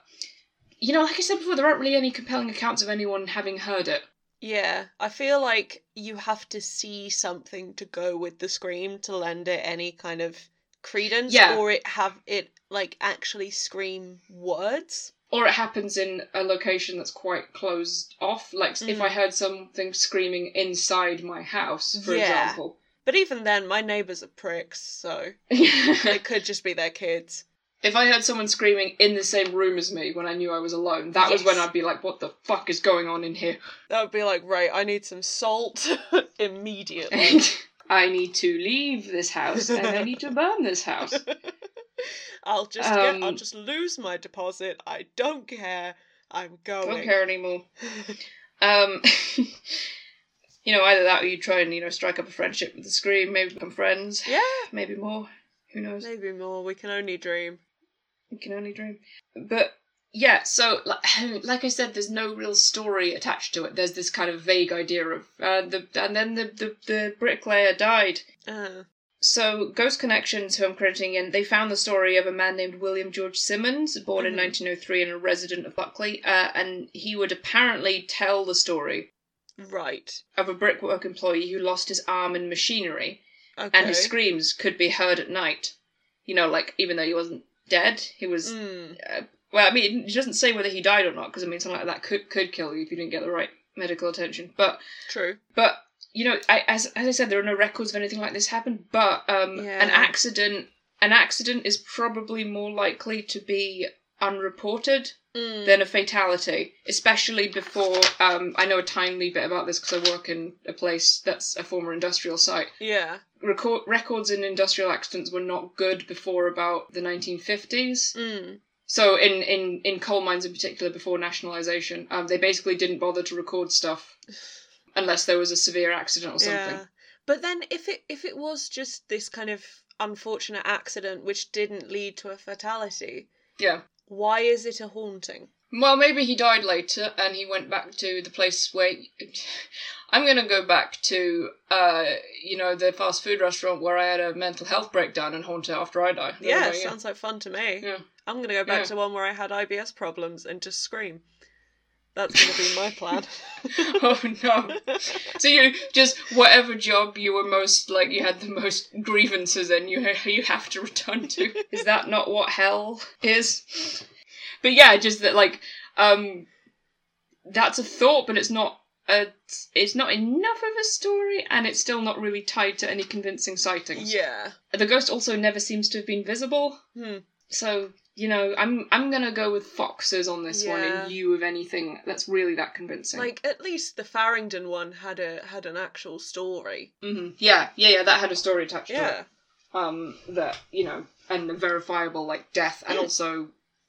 S3: you know, like I said before, there aren't really any compelling accounts of anyone having heard it.
S2: yeah. I feel like you have to see something to go with the scream to lend it any kind of credence
S3: Yeah.
S2: or it have it like actually scream words.
S3: Or it happens in a location that's quite closed off. Like if
S2: Mm.
S3: I heard something screaming inside my house, for
S2: Yeah.
S3: example.
S2: But even then my neighbours are pricks, so it could just be their kids.
S3: if I heard someone screaming in the same room as me when I knew I was alone, that was when
S2: Yes.
S3: I'd be like, "What the fuck is going on in here?"
S2: That would be like, right, I need some salt immediately.
S3: And I need to leave this house, and I need to burn this house.
S2: I'll just get, I'll
S3: Um,
S2: just lose my deposit. I don't care. I'm
S3: Don't
S2: going.
S3: care anymore. Um, you know, either that or you try and you know strike up a friendship with the scream. Maybe become friends.
S2: yeah,
S3: Maybe more. Who knows?
S2: maybe more. We can only dream.
S3: You can only dream. But yeah, so like, like I said, there's no real story attached to it. There's this kind of vague idea of uh, the and then the the, the bricklayer died.
S2: Uh,
S3: So, Ghost Connections, who I'm crediting in, they found the story of a man named William George Simmons, born in
S2: Mhm.
S3: 1903 and a resident of Buckley, uh, and he would apparently tell the story
S2: Right.
S3: of a brickwork employee who lost his arm in machinery,
S2: Okay.
S3: and his screams could be heard at night. You know, like even though he wasn't dead, he was.
S2: Mm,
S3: Well, I mean, it doesn't say whether he died or not, because I mean, something like that could could kill you if you didn't get the right medical attention. But
S2: true.
S3: but you know, I, as as I said, there are no records of anything like this happened. But um,
S2: Yeah.
S3: an accident an accident is probably more likely to be unreported
S2: Mm,
S3: than a fatality, especially before. Um, I know a tiny bit about this because I work in a place that's a former industrial site.
S2: yeah.
S3: Record, records in industrial accidents were not good before about the 1950s.
S2: Mm,
S3: So in, in, in coal mines in particular, before nationalisation, um, they basically didn't bother to record stuff unless there was a severe accident or something.
S2: yeah. But then, if it if it was just this kind of unfortunate accident which didn't lead to a fatality,
S3: Yeah.
S2: why is it a haunting?
S3: Well, maybe he died later and he went back to the place where. I'm gonna go back to, uh, you know, the fast food restaurant where I had a mental health breakdown and haunt it after I die. That'll
S2: Yeah,
S3: go,
S2: sounds like fun to me.
S3: Oh, Yeah.
S2: I'm gonna go back
S3: Yeah.
S2: to one where I had IBS problems and just scream. That's gonna be my plan.
S3: oh no. So you just whatever job you were most like you had the most grievances in you you have to return to. is that not what hell is? But yeah, just that like um that's a thought but it's not a, it's not enough of a story and it's still not really tied to any convincing sightings.
S2: yeah.
S3: The ghost also never seems to have been visible.
S2: Hmm.
S3: So, you know, I'm I'm going to go with foxes on this one
S2: Yeah.
S3: in lieu of anything that's really that convincing.
S2: Like at least the Farringdon one had a had an actual story.
S3: hmm Yeah, yeah, yeah. That had a story attached to
S2: Yeah.
S3: it. Um, that you know, and the verifiable like death, and also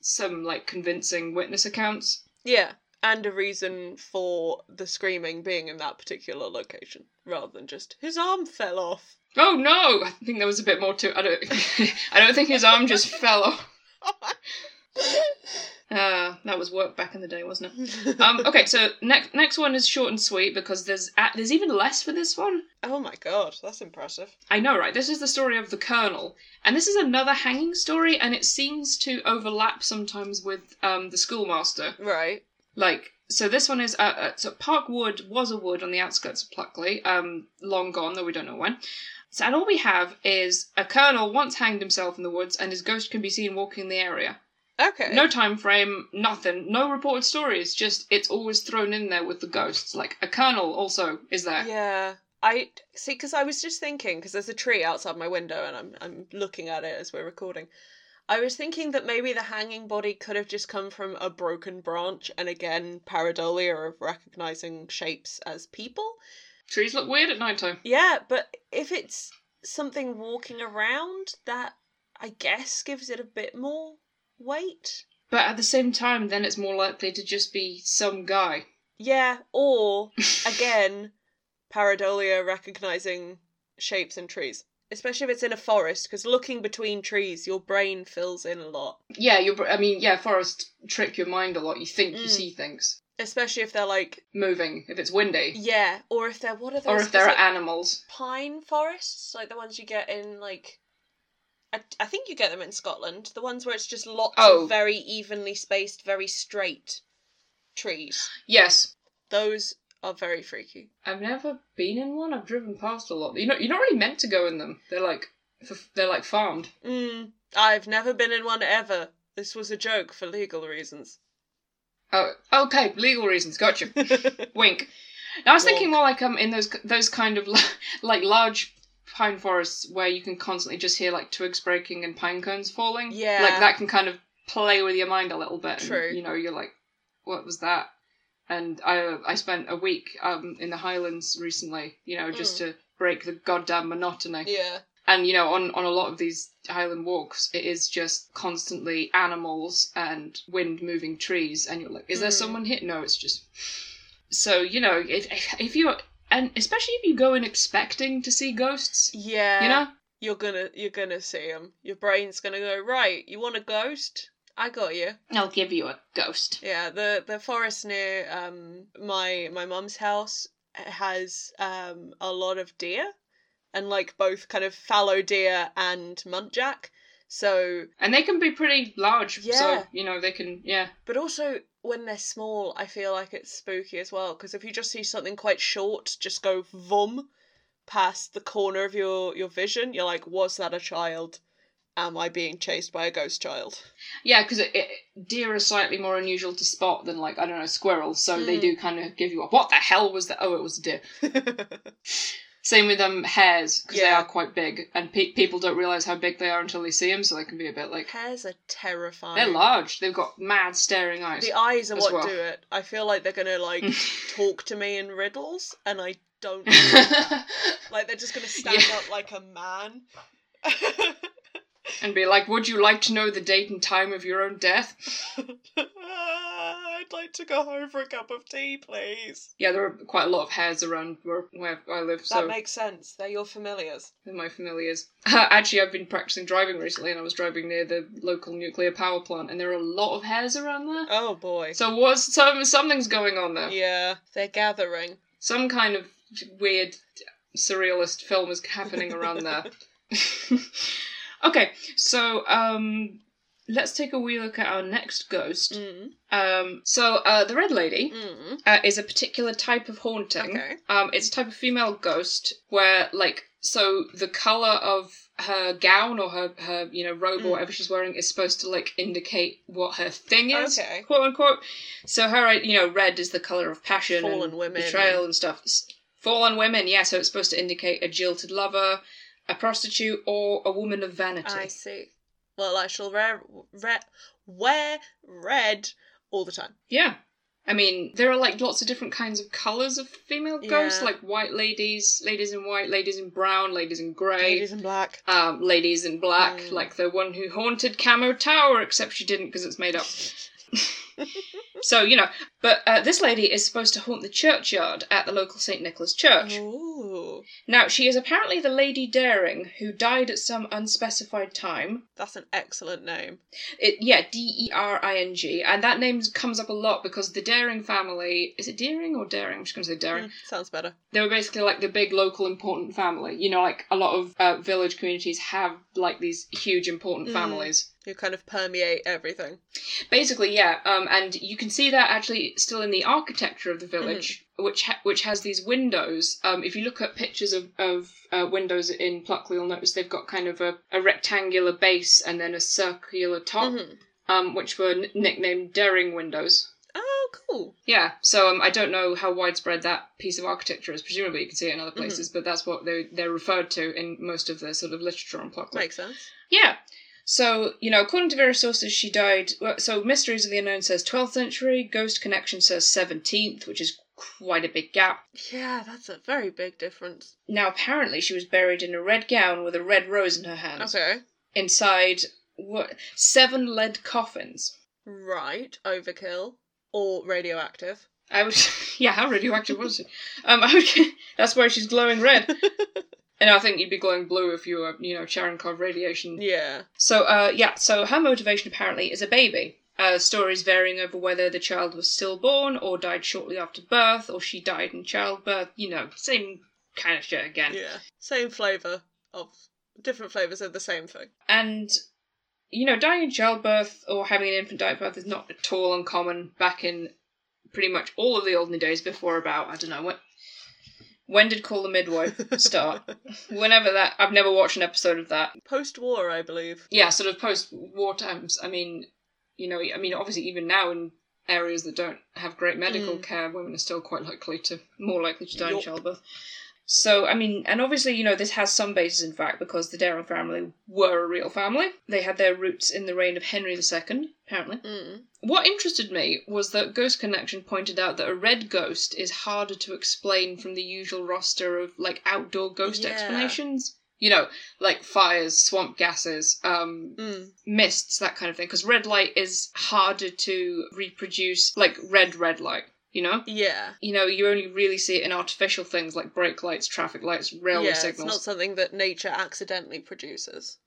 S3: some like convincing witness accounts.
S2: Yeah. And a reason for the screaming being in that particular location, rather than just his arm fell off.
S3: Oh no! I think there was a bit more to. I don't. I don't think his arm just fell off. Uh, that was work back in the day, wasn't it? Um, okay, so next next one is short and sweet because there's uh, there's even less for this one.
S2: oh my god, that's impressive.
S3: I know, right? This is the story of the Colonel, and this is another hanging story, and it seems to overlap sometimes with um, the schoolmaster.
S2: Right.
S3: Like, so this one is uh, uh, so Park Wood was a wood on the outskirts of Pluckley, um, long gone though we don't know when. So, and all we have is a colonel once hanged himself in the woods, and his ghost can be seen walking the area.
S2: Okay.
S3: No time frame, nothing, no reported stories. Just it's always thrown in there with the ghosts. Like a colonel also is there.
S2: Yeah. I see because I was just thinking because there's a tree outside my window and I'm I'm looking at it as we're recording. I was thinking that maybe the hanging body could have just come from a broken branch and again pareidolia of recognizing shapes as people.
S3: Trees look weird at night time.
S2: Yeah, but if it's something walking around, that I guess gives it a bit more weight.
S3: But at the same time, then it's more likely to just be some guy.
S2: Yeah, or again, pareidolia recognizing shapes and trees, especially if it's in a forest, because looking between trees, your brain fills in a lot.
S3: Yeah, you're. I mean, yeah, forests trick your mind a lot. You think you
S2: Mm.
S3: see things
S2: Especially if they're like,
S3: moving. If it's windy.
S2: yeah, or if they're what are those?
S3: or if there
S2: there's,
S3: are
S2: like,
S3: animals.
S2: pine forests, like the ones you get in like. I, I think you get them in Scotland. The ones where it's just lots
S3: Oh.
S2: of very evenly spaced, very straight trees.
S3: Yes.
S2: Those are very freaky.
S3: I've never been in one. I've driven past a lot. You know, you're not really meant to go in them. They're like, f- they're like farmed.
S2: Mm, I've never been in one ever. This was a joke for legal reasons.
S3: Oh, okay. Legal reasons. Gotcha. Wink. Now I was thinking
S2: Wonk.
S3: more like um in those those kind of la- like large pine forests where you can constantly just hear like twigs breaking and pine cones falling.
S2: Yeah.
S3: Like that can kind of play with your mind a little bit. and,
S2: True.
S3: you know, you're like, what was that? And I I spent a week um in the Highlands recently. You know, just
S2: Mm.
S3: to break the goddamn monotony.
S2: yeah.
S3: And you know, on on a lot of these Highland walks, it is just constantly animals and wind moving trees, and you're like, is there
S2: Mhm.
S3: someone here? No, it's just. So you know, if if you and especially if you go in expecting to see ghosts,
S2: Yeah.
S3: you know,
S2: you're gonna you're gonna see them. Your brain's gonna go right. You want a ghost? I got you.
S3: I'll give you a ghost.
S2: Yeah, the the forest near um my my mum's house has um a lot of deer and like both kind of fallow deer and muntjac. So,
S3: And they can be pretty large, so
S2: Yeah.
S3: you know they can. Yeah,
S2: but also when they're small, I feel like it's spooky as well because if you just see something quite short, just go vum past the corner of your your vision, you're like, was that a child? Am I being chased by a ghost child?
S3: yeah, because it, it, deer are slightly more unusual to spot than like I don't know squirrels, so they
S2: Hmm.
S3: do kind of give you a what the hell was that? Oh, it was a deer. Same with um hares because they
S2: Yeah.
S3: are quite big, and pe- people don't realize how big they are until they see them, so they can be a bit like
S2: Hares are terrifying.
S3: they're large. They've got mad staring eyes.
S2: The eyes are
S3: as
S2: what
S3: well.
S2: do it. I feel like they're gonna like talk to me in riddles, and I don't like. They're just gonna stand
S3: Yeah.
S2: up like a man.
S3: and be like, "Would you like to know the date and time of your own death?"
S2: I'd like to go home for a cup of tea, please.
S3: Yeah, there are quite a lot of hares around where, where I live, so
S2: That makes sense. They're your familiars.
S3: they're my familiars. Actually, I've been practicing driving recently, and I was driving near the local nuclear power plant, and there are a lot of hares around there.
S2: Oh boy.
S3: So was some something's going on there.
S2: yeah, they're gathering.
S3: Some kind of weird surrealist film is happening around there. okay, so um, let's take a wee look at our next ghost.
S2: Mm.
S3: Um, so uh, the Red Lady
S2: Mm.
S3: uh, is a particular type of haunting.
S2: Okay.
S3: Um, it's a type of female ghost where, like, so the color of her gown or her, her you know robe
S2: Mm.
S3: or whatever she's wearing is supposed to like indicate what her thing is,
S2: Okay.
S3: quote unquote. So her, you know, red is the color of passion,
S2: Fallen
S3: and
S2: women.
S3: betrayal, and stuff. S- Fallen women, yeah. So it's supposed to indicate a jilted lover, a prostitute, or a woman of vanity.
S2: I see. Well, I shall wear, re- wear red all the time.
S3: Yeah. I mean, there are like lots of different kinds of colours of female ghosts,
S2: Yeah.
S3: like white ladies, ladies in white, ladies in brown, ladies in grey,
S2: Ladies in black.
S3: um, ladies in black,
S2: Mm.
S3: like the one who haunted Camo Tower, except she didn't because it's made up. so, you know, but uh, this lady is supposed to haunt the churchyard at the local St. Nicholas
S2: Mm.
S3: Church.
S2: Ooh,
S3: Now, she is apparently the Lady Daring, who died at some unspecified time.
S2: that's an excellent name.
S3: It yeah, D E R I N G, and that name comes up a lot because the Daring family is it Deering or Daring? I'm just gonna say Daring.
S2: Mm, sounds better.
S3: They were basically like the big local important family. You know, like a lot of uh, village communities have like these huge important
S2: Mm.
S3: families.
S2: You kind of permeate everything.
S3: Basically, yeah, um, and you can see that actually still in the architecture of the village, which ha- which has these windows. Um, if you look at pictures of of uh, windows in Pluckley, you'll notice they've got kind of a, a rectangular base and then a circular top,
S2: Mhm.
S3: um, which were n- nicknamed Daring windows.
S2: Oh, cool.
S3: Yeah, so um, I don't know how widespread that piece of architecture is. Presumably, you can see it in other places, but that's what they they're referred to in most of the sort of literature on Pluckley.
S2: Makes sense.
S3: Yeah. So you know, according to various sources, she died. well, So Mysteries of the Unknown says 12th century, Ghost Connection says 17th, which is quite a big gap.
S2: Yeah, that's a very big difference.
S3: Now, apparently, she was buried in a red gown with a red rose in her hand,
S2: Okay.
S3: inside what seven lead coffins.
S2: Right, overkill or radioactive.
S3: I would, yeah, how radioactive was it? Um, I would, that's why she's glowing red. And I think you'd be glowing blue if you were, you know, Cherenkov radiation.
S2: yeah.
S3: So, uh, yeah, so her motivation apparently is a baby. Uh, stories varying over whether the child was stillborn or died shortly after birth or she died in childbirth. You know, same kind of shit again.
S2: Yeah. Same flavour of different flavours of the same thing.
S3: And, you know, dying in childbirth or having an infant die at birth is not at all uncommon back in pretty much all of the olden days before about, I don't know, what. When did Call the Midwife start? Whenever that, I've never watched an episode of that.
S2: Post war, I believe.
S3: yeah, sort of post war times. I mean, you know, I mean, obviously, even now in areas that don't have great medical
S2: Mm.
S3: care, women are still quite likely to, more likely to die in
S2: Yup.
S3: childbirth. So, I mean, and obviously, you know, this has some basis in fact because the Darren family were a real family. They had their roots in the reign of Henry II, apparently.
S2: Mm.
S3: What interested me was that Ghost Connection pointed out that a red ghost is harder to explain from the usual roster of like outdoor ghost
S2: Yeah.
S3: explanations. You know, like fires, swamp gases, um,
S2: Mm.
S3: mists, that kind of thing. Because red light is harder to reproduce, like red, red light, you know?
S2: Yeah.
S3: You know, you only really see it in artificial things like brake lights, traffic lights, railway
S2: yeah, it's
S3: signals.
S2: not something that nature accidentally produces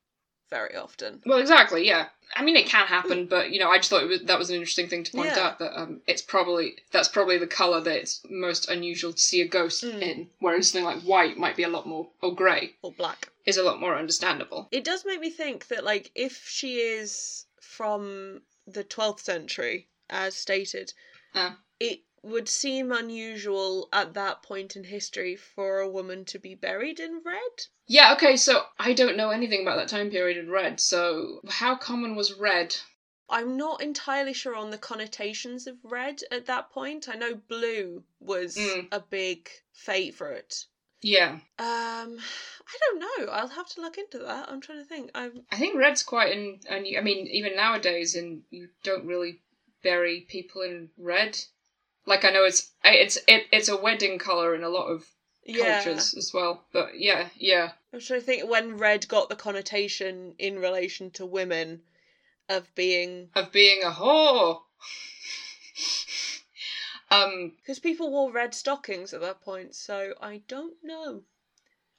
S2: very often.
S3: Well, exactly. Yeah. I mean, it can happen, but you know, I just thought it was, that was an interesting thing to point
S2: Mm. Yeah.
S3: out that um, it's probably that's probably the color that it's most unusual to see a ghost
S2: Mm.
S3: in, whereas something like white might be a lot more, or gray
S2: Or black.
S3: is a lot more understandable.
S2: It does make me think that, like, if she is from the 12th century, as stated,
S3: Ah.
S2: it would seem unusual at that point in history for a woman to be buried in red.
S3: Yeah. Okay. So I don't know anything about that time period in red. So how common was red?
S2: I'm not entirely sure on the connotations of red at that point. I know blue was
S3: Mm.
S2: a big favourite.
S3: Yeah.
S2: Um, I don't know. I'll have to look into that. I'm trying to think. I'm
S3: I think red's quite an. And I mean, even nowadays, and you don't really bury people in red. Like I know it's it's it, it's a wedding color in a lot of
S2: yeah.
S3: cultures as well. But yeah, yeah,
S2: I'm trying to think when red got the connotation in relation to women of being
S3: of being a whore. um.
S2: because people wore red stockings at that point. So I don't know.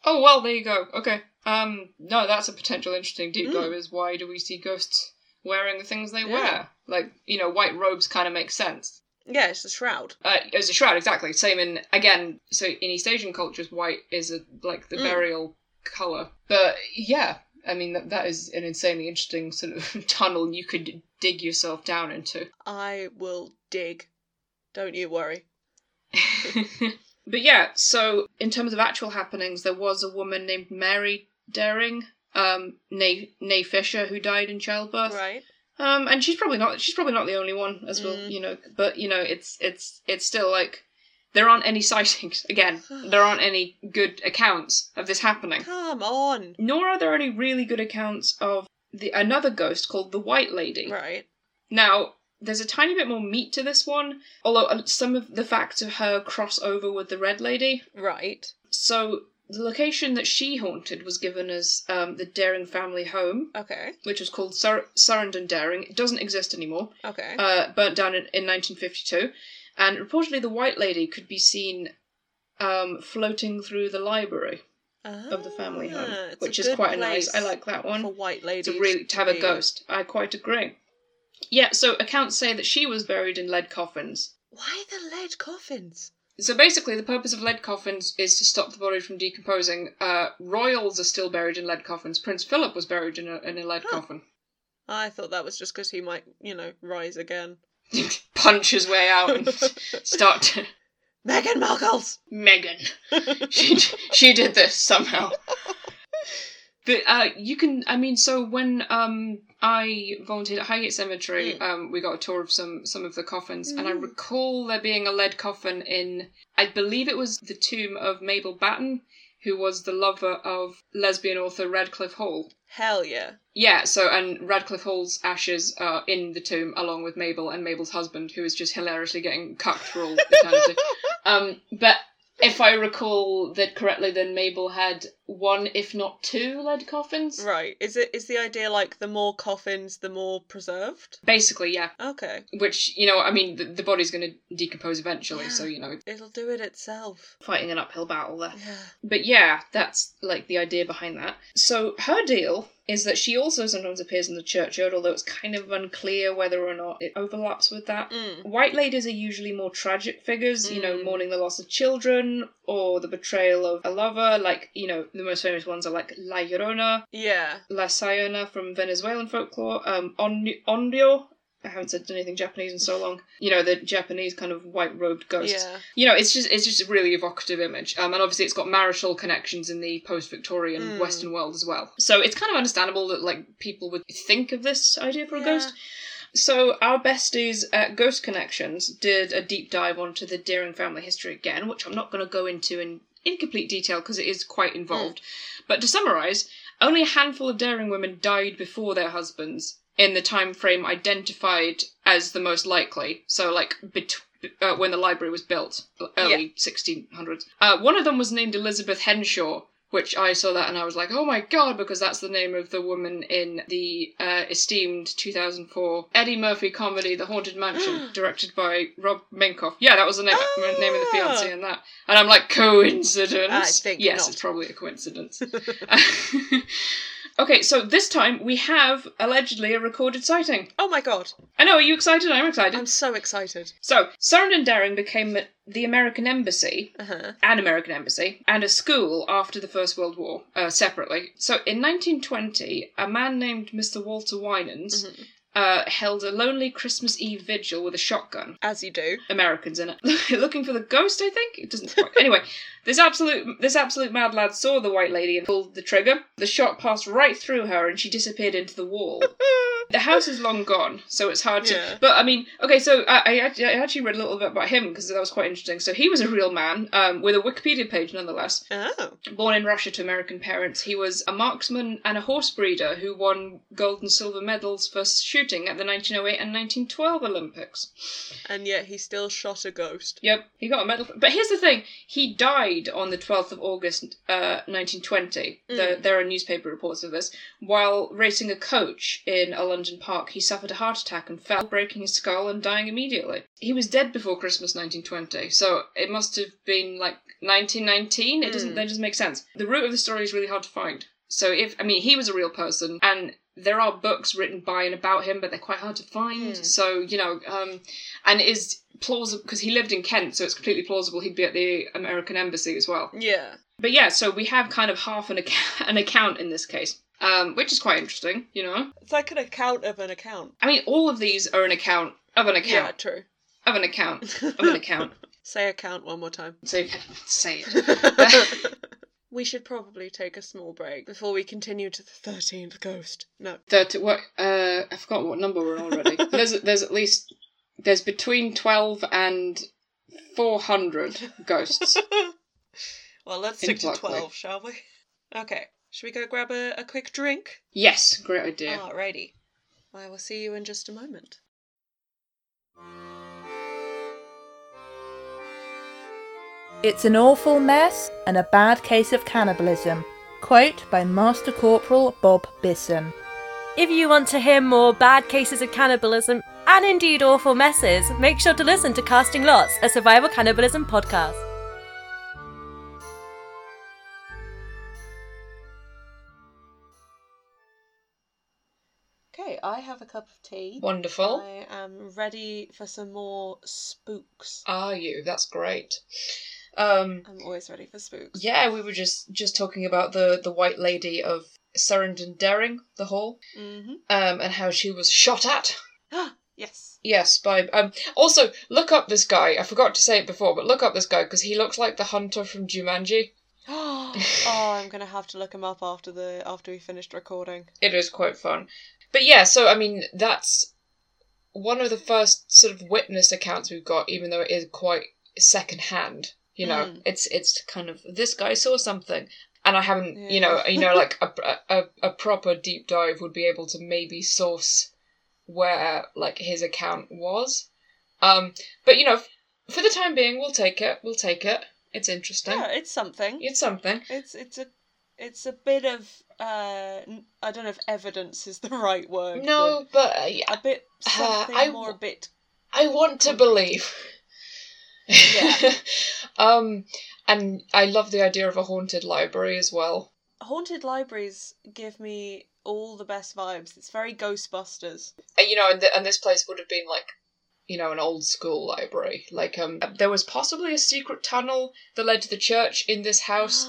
S3: Oh well, there you go. Okay. Um. No, that's a potential interesting deep
S2: Mm.
S3: dive. Is why do we see ghosts wearing the things they
S2: Yeah.
S3: wear? Like you know, white robes kind of make sense.
S2: Yeah, it's the shroud.
S3: uh, as a shroud, exactly. Same in again. So in East Asian cultures, white is a, like the
S2: Mm.
S3: burial color. But yeah, I mean that that is an insanely interesting sort of tunnel you could dig yourself down into.
S2: I will dig. Don't you worry.
S3: but yeah, so in terms of actual happenings, there was a woman named Mary Daring, um, Nay Nay Fisher, who died in childbirth.
S2: Right.
S3: Um, and she's probably not. She's probably not the only one as well.
S2: Mm.
S3: You know, but you know, it's it's it's still like there aren't any sightings. Again, there aren't any good accounts of this happening.
S2: Come on.
S3: Nor are there any really good accounts of the another ghost called the White Lady.
S2: Right.
S3: Now, there's a tiny bit more meat to this one, although uh, some of the facts of her cross over with the Red Lady.
S2: Right.
S3: So the location that she haunted was given as um, the Daring family home,
S2: Okay.
S3: which was called Sur- Surrenden Daring. It doesn't exist anymore
S2: Okay.
S3: uh, burnt down in, in 1952, and reportedly the White Lady could be seen um, floating through the library of the family home,
S2: Ah, it's
S3: which
S2: a
S3: is
S2: good
S3: quite a nice. I
S2: place
S3: like that
S2: for
S3: one.
S2: white ladies
S3: To really to have a
S2: be.
S3: ghost, I quite agree. Yeah, so accounts say that she was buried in lead coffins.
S2: Why the lead coffins?
S3: So basically, the purpose of lead coffins is to stop the body from decomposing. Uh, royals are still buried in lead coffins. Prince Philip was buried in a, in a lead
S2: Huh.
S3: coffin.
S2: I thought that was just because he might, you know, rise again.
S3: Punch his way out and start to
S2: Meghan Markle's.
S3: Megan. she she did this somehow. But uh, you can, I mean, so when um, I volunteered at Highgate Cemetery,
S2: Mm.
S3: um, we got a tour of some some of the coffins, and I
S2: Mm.
S3: recall there being a lead coffin in, I believe it was the tomb of Mabel Batten, who was the lover of lesbian author Radcliffe Hall.
S2: Hell yeah.
S3: Yeah, so and Radcliffe Hall's ashes are in the tomb along with Mabel and Mabel's husband, who is just hilariously getting cucked for all eternity. um, but if I recall that correctly, then Mabel had one, if not two, lead coffins.
S2: Right. Is it is the idea like the more coffins, the more preserved?
S3: Basically, yeah.
S2: Okay.
S3: Which you know, I mean, the, the body's going to decompose eventually, so you know,
S2: It'll do it itself.
S3: fighting an uphill battle there.
S2: Yeah.
S3: But yeah, that's like the idea behind that. So her deal is that she also sometimes appears in the churchyard, although it's kind of unclear whether or not it overlaps with that.
S2: Mm.
S3: White ladies are usually more tragic figures, you know,
S2: Mm.
S3: mourning the loss of children or the betrayal of a lover. Like, you know, the most famous ones are like La Llorona,
S2: Yeah.
S3: La Sayona from Venezuelan folklore, um, Onryo. Onryo. I haven't said anything Japanese in so long. You know, the Japanese kind of white robed ghosts.
S2: Yeah.
S3: You know, it's just it's just a really evocative image, um, and obviously it's got marital connections in the post-Victorian
S2: Mm.
S3: Western world as well. So it's kind of understandable that like people would think of this idea for a
S2: Yeah.
S3: ghost. So our besties at Ghost Connections did a deep dive onto the Deering family history again, which I'm not going to go into in in complete detail because it is quite involved. But to summarise, only a handful of Daring women died before their husbands in the time frame identified as the most likely. So like between. Uh, when the library was built, early 1600s. Uh, one of them was named Elizabeth Henshaw, which I saw that and I was like, oh my god, because that's the name of the woman in the uh, esteemed 2004 Eddie Murphy comedy The Haunted Mansion, directed by Rob Minkoff. Yeah, that was the name,
S2: Ah!
S3: name of the fiance in that. And I'm like, coincidence?
S2: I think
S3: yes,
S2: not.
S3: it's probably a coincidence. Okay, so this time we have allegedly a recorded sighting.
S2: Oh my god.
S3: I know, are you excited? I'm excited.
S2: I'm so excited.
S3: So, Sarandon Daring became the American embassy,
S2: Uh huh.
S3: an American embassy, and a school after the First World War, uh, separately. So, in 1920, a man named Mr. Walter Winans
S2: Mm-hmm.
S3: uh, held a lonely Christmas Eve vigil with a shotgun.
S2: As you do.
S3: Americans in it, looking for the ghost. I think it doesn't. quite- anyway, this absolute this absolute mad lad saw the white lady and pulled the trigger. The shot passed right through her, and she disappeared into the wall. The house is long gone, so it's hard to.
S2: Yeah.
S3: But I mean, okay, so I, I, act- I actually read a little bit about him because that was quite interesting. So he was a real man um, with a Wikipedia page, nonetheless.
S2: Oh.
S3: Born in Russia to American parents, he was a marksman and a horse breeder who won gold and silver medals for shooting at the 1908 and 1912 Olympics.
S2: And yet he still shot a ghost.
S3: Yep, he got a medal. For- but here's the thing: he died on the 12th of August, uh, 1920. There, there are newspaper reports of this. While racing a coach in a London park, he suffered a heart attack and fell, breaking his skull and dying immediately. He was dead before Christmas 1920, so it must have been like 1919. It doesn't.
S2: Mm.
S3: That doesn't make sense. The root of the story is really hard to find. So if I mean, he was a real person, and there are books written by and about him, but they're quite hard to find.
S2: Mm.
S3: So you know, um, and it is plausible because he lived in Kent, so it's completely plausible he'd be at the American embassy as well.
S2: Yeah.
S3: But yeah, so we have kind of half an account, an account in this case, um, which is quite interesting. You know,
S2: It's like an account of an account.
S3: I mean, all of these are an account of an
S2: Yeah,
S3: account
S2: true.
S3: of an account of an account.
S2: Say account one more time.
S3: So you can say it.
S2: we should probably take a small break before we continue to the 13th ghost. No.
S3: Thirty. What? Uh, I forgot what number we're on already. there's there's at least there's between twelve and four hundred ghosts.
S2: Well, let's
S3: In
S2: stick to
S3: Clockwork.
S2: 12, shall we? Okay. Should we go grab a, a quick drink?
S3: yes, great idea.
S2: Oh, Alrighty. I will see you in just a moment.
S4: It's an awful mess and a bad case of cannibalism. Quote by Master Corporal Bob Bisson.
S5: If you want to hear more bad cases of cannibalism and indeed awful messes, make sure to listen to Casting Lots, a survival cannibalism podcast.
S2: Okay, I have a cup of tea.
S3: Wonderful.
S2: I am ready for some more spooks.
S3: Are you? That's great. Um,
S2: I'm always ready for spooks.
S3: yeah, we were just just talking about the the White Lady of Serendon Daring, the Hall,
S2: Mm-hmm.
S3: um, and how she was shot at.
S2: yes.
S3: Yes, by um. Also, look up this guy. I forgot to say it before, but look up this guy because he looks like the hunter from Jumanji.
S2: oh, I'm gonna have to look him up after the after we finished recording.
S3: it is quite fun. But yeah, so I mean, that's one of the first sort of witness accounts we've got, even though it is quite secondhand. You know,
S2: Mm.
S3: it's it's kind of this guy saw something, and I haven't, you know,
S2: Yeah.
S3: you know, like a, a a proper deep dive would be able to maybe source where like his account was. Um, but you know, f- for the time being, we'll take it. We'll take it. It's interesting.
S2: Yeah, it's something.
S3: It's something.
S2: It's it's a it's a bit of uh n- I don't know if evidence is the right word.
S3: No, but uh,
S2: but a bit
S3: Uh,
S2: something
S3: I
S2: more a
S3: w-
S2: bit.
S3: I want to believe.
S2: Yeah.
S3: um, and I love the idea of a haunted library as well.
S2: Haunted libraries give me all the best vibes. It's very Ghostbusters.
S3: And, Uh, you know, and, th and this place would have been like, you know, an old school library. Like, um, there was possibly a secret tunnel that led to the church in this house.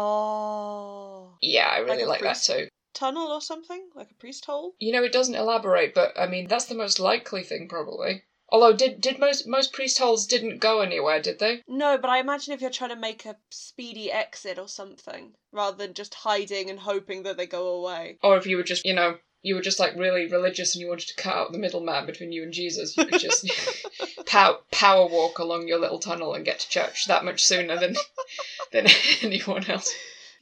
S2: oh,
S3: Yeah, I really
S2: Like
S3: like,
S2: a
S3: that too.
S2: tunnel or something like a priest hole.
S3: You know, it doesn't elaborate, but I mean, that's the most likely thing probably. Although, did did most most priest holes didn't go anywhere, did they?
S2: No, but I imagine if you're trying to make a speedy exit or something, rather than just hiding and hoping that they go away.
S3: Or if you were just, you know, you were just like really religious and you wanted to cut out the middleman between you and Jesus, you could just pow- power walk along your little tunnel and get to church that much sooner than than anyone else.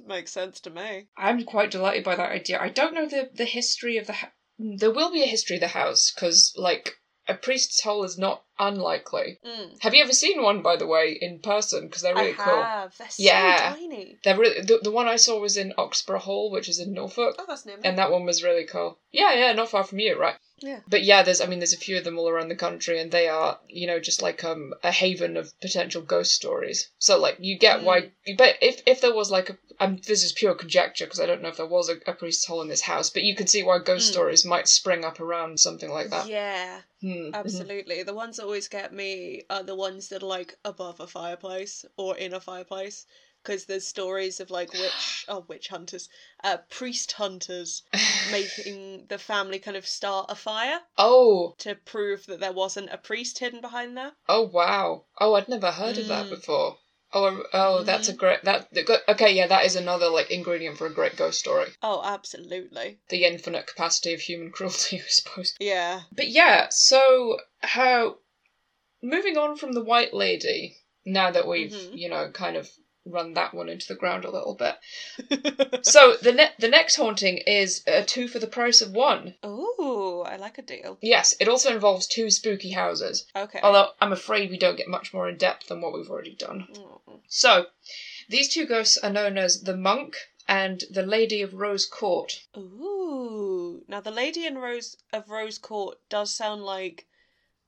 S2: Makes sense to me.
S3: I'm quite delighted by that idea. I don't know the the history of the ho there will be a history of the house because like a priest's hole is not unlikely.
S2: Mm.
S3: Have you ever seen one by the way in person? Because they're really
S2: I
S3: cool.
S2: have. They're so
S3: Yeah.
S2: tiny.
S3: They're really the, the one I saw was in Oxborough Hall, which is in Norfolk.
S2: Oh, that's near me.
S3: And that one was really cool. Yeah, yeah, not far from you, right?
S2: Yeah.
S3: But yeah, there's I mean there's a few of them all around the country, and they are you know just like um a haven of potential ghost stories. So like you get
S2: Mm.
S3: why, but if if there was like a um, this is pure conjecture because I don't know if there was a, a priest's hole in this house, but you can see why ghost
S2: Mm.
S3: stories might spring up around something like that.
S2: Yeah,
S3: Hmm.
S2: absolutely. The ones that always get me are the ones that are like above a fireplace or in a fireplace. Because there's stories of like witch, oh, witch hunters, uh, priest hunters making the family kind of start a fire
S3: Oh,
S2: to prove that there wasn't a priest hidden behind there.
S3: oh wow. Oh, I'd never heard of that
S2: Mm.
S3: before. Oh, um, oh, that's a great that. the go- Okay, yeah, that is another like ingredient for a great ghost story.
S2: Oh, absolutely.
S3: The infinite capacity of human cruelty, I suppose.
S2: Yeah.
S3: But yeah, so how moving on from the white lady, now that we've,
S2: Mhm.
S3: you know, kind of run that one into the ground a little bit. so the ne- the next haunting is uh, two for the price of one.
S2: Ooh, I like a deal.
S3: Yes, it also involves two spooky houses.
S2: Okay.
S3: Although I'm afraid we don't get much more in depth than what we've already done.
S2: Mm.
S3: So, these two ghosts are known as the monk and the lady of Rose Court.
S2: Ooh. Now the lady in Rose of Rose Court does sound like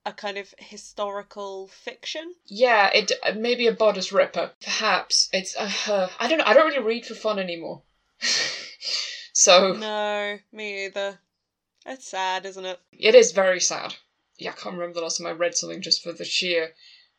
S2: a kind of historical fiction.
S3: Yeah, it uh, maybe a bodice ripper. Perhaps it's. Uh, uh, I don't. know. I don't really read for fun anymore. so
S2: No, me either. It's sad, isn't it?
S3: it is very sad. Yeah, I can't remember the last time I read something just for the sheer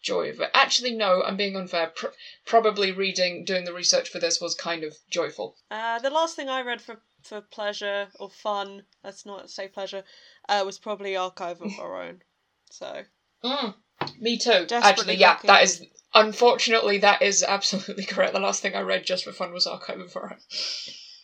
S3: joy of it. Actually, no, I'm being unfair. Pr- probably reading, doing the research for this was kind of joyful.
S2: Uh, the last thing I read for for pleasure or fun, let's not say pleasure, uh, was probably Archive of Our Own. So
S3: Mm, me too.
S2: Desperately
S3: Actually, yeah,
S2: looking.
S3: that is. Unfortunately, that is absolutely correct. The last thing I read just for fun was Archive of Horror.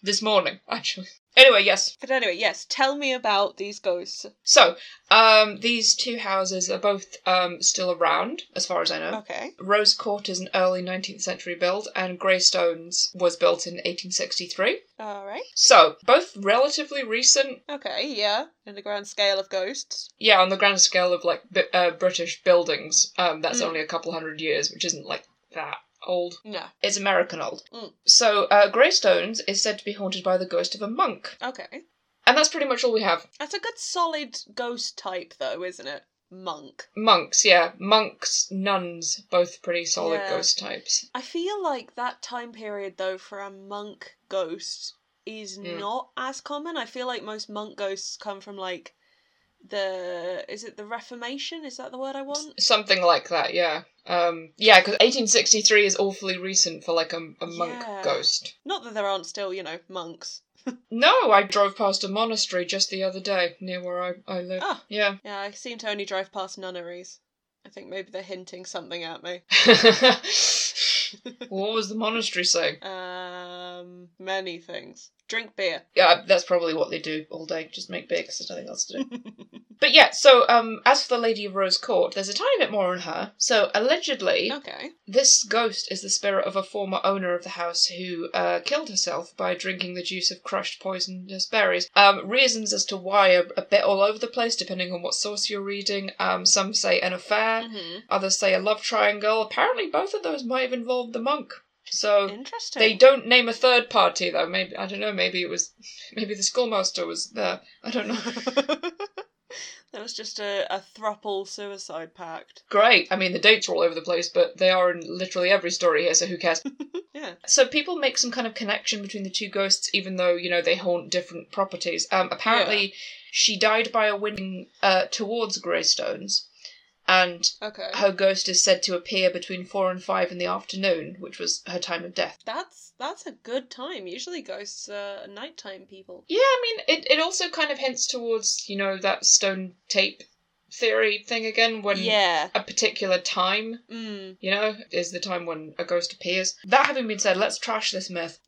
S3: This morning, actually. Anyway, yes,
S2: But anyway, yes, tell me about these ghosts.
S3: So, um, these two houses are both um, still around, as far as I know.
S2: Okay.
S3: Rose Court is an early 19th century build, and Greystones was built in 1863.
S2: Alright.
S3: So, both relatively recent,
S2: Okay, yeah. In the grand scale of ghosts.
S3: yeah, on the grand scale of like bi- uh, British buildings, um, that's
S2: Mm.
S3: only a couple hundred years, which isn't like that old.
S2: No.
S3: It's American old.
S2: Mm.
S3: So, uh, Greystones is said to be haunted by the ghost of a monk,
S2: Okay.
S3: and that's pretty much all we have.
S2: That's a good solid ghost type though, isn't it? Monk.
S3: Monks, yeah, monks, nuns, both pretty solid
S2: Yeah.
S3: ghost types.
S2: I feel like that time period though for a monk ghost is
S3: Mm.
S2: not as common. I feel like most monk ghosts come from like the is it the Reformation? Is that the word I want?
S3: something like that yeah um yeah because 1863 is awfully recent for like a, a monk
S2: Yeah.
S3: ghost
S2: Not that there aren't still, you know, monks.
S3: no i drove past a monastery just the other day near where i, I live
S2: Ah.
S3: yeah
S2: Yeah, I seem to only drive past nunneries. I think maybe they're hinting something at me.
S3: what was the monastery saying
S2: Um, many things. Drink beer.
S3: yeah that's probably what they do all day just make beer because there's nothing else to do but yeah so um as for the lady of rose court there's a tiny bit more on her so allegedly
S2: okay.
S3: This ghost is the spirit of a former owner of the house who uh, killed herself by drinking the juice of crushed poisonous berries. Um, reasons as to why are a bit all over the place, depending on what source you're reading. Um, some say an affair,
S2: hmm
S3: others say a love triangle. Apparently, both of those might have involved the monk. So
S2: Interesting.
S3: Oh, they don't name a third party though. Maybe I don't know. Maybe it was maybe the schoolmaster was there. I don't know.
S2: that was just a, a thruple suicide pact.
S3: Great. I mean, the dates are all over the place, but they are in literally every story here. So who cares?
S2: Yeah.
S3: So people make some kind of connection between the two ghosts, even though you know they haunt different properties. Um, apparently, she died by a winning uh, towards Greystones, and
S2: Okay.
S3: her ghost is said to appear between four and five in the afternoon, which was her time of death.
S2: That's that's a good time. Usually ghosts are nighttime people.
S3: Yeah, I mean, it, it also kind of hints towards you know that stone tape theory thing again when
S2: yeah.
S3: a particular time
S2: Mm.
S3: you know is the time when a ghost appears. That having been said, let's trash this myth.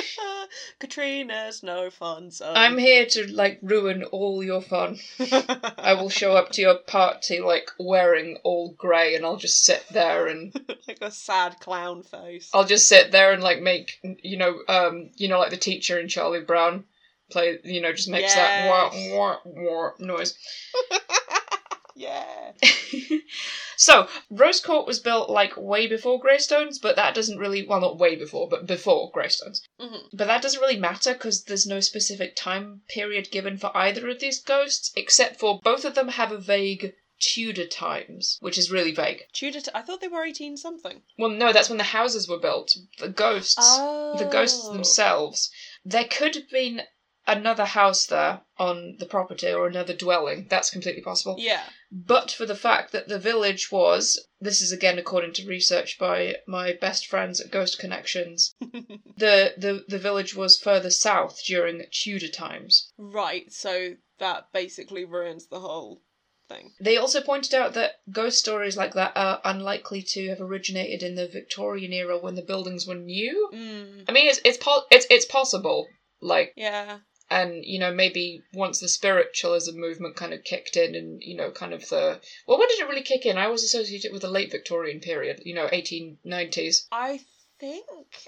S2: Mm. Katrina's no fun zone.
S3: I'm here to like ruin all your fun. I will show up to your party like wearing all grey and I'll just sit there and
S2: like a sad clown face.
S3: I'll just sit there and like make you know um you know like the teacher in Charlie Brown play you know just makes that wah
S2: Yes.
S3: wah wah noise.
S2: Yeah.
S3: so, Rose Court was built like way before Greystones, but that doesn't really, well, not way before, but before Greystones.
S2: Mhm.
S3: But that doesn't really matter because there's no specific time period given for either of these ghosts, except for both of them have a vague Tudor times, which is really vague.
S2: Tudor. T- I thought they were eighteen something.
S3: Well, no, that's when the houses were built. The ghosts, the ghosts
S2: Oh.
S3: themselves. There could have been another house there on the property or another dwelling. That's completely possible.
S2: Yeah.
S3: But for the fact that the village was, this is again according to research by my best friends at Ghost Connections, the, the, the village was further south during Tudor times.
S2: Right. So that basically ruins the whole thing.
S3: They also pointed out that ghost stories like that are unlikely to have originated in the Victorian era when the buildings were new.
S2: Mm.
S3: I mean, it's it's po- it's it's possible. Like,
S2: Yeah.
S3: and you know, maybe once the spiritualism movement kind of kicked in, and you know, kind of the well, when did it really kick in? I always associate it with the late Victorian period. You know, eighteen nineties.
S2: I think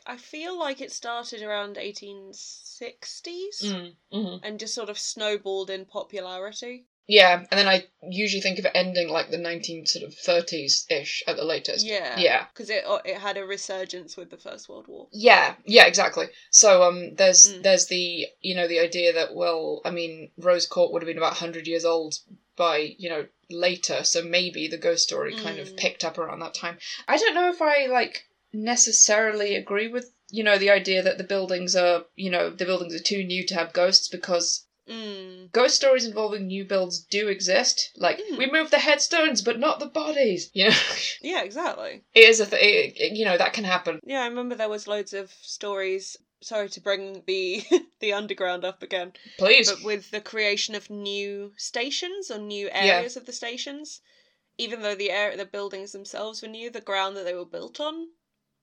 S2: I feel like it started around eighteen sixties
S3: Mm-hmm.
S2: and just sort of snowballed in popularity.
S3: Yeah, and then I usually think of it ending like the nineteen sort of thirties ish at the latest.
S2: Yeah.
S3: Yeah.
S2: Because it uh, it had a resurgence with the First World War.
S3: Yeah, yeah, exactly. So um, there's
S2: Mm.
S3: there's the you know the idea that well, I mean, Rose Court would have been about hundred years old by you know later, so maybe the ghost story kind of
S2: Mm.
S3: picked up around that time. I don't know if I like necessarily agree with you know the idea that the buildings are you know the buildings are too new to have ghosts because
S2: Mm.
S3: ghost stories involving new builds do exist. Like
S2: Mm.
S3: we move the headstones, but not the bodies. You know,
S2: Yeah. Exactly.
S3: it is a th- it, it- you know that can happen.
S2: Yeah. I remember there was loads of stories. Sorry to bring the the underground up again.
S3: Please.
S2: but with the creation of new stations or new
S3: Yeah.
S2: areas of the stations, even though the air the buildings themselves were new, the ground that they were built on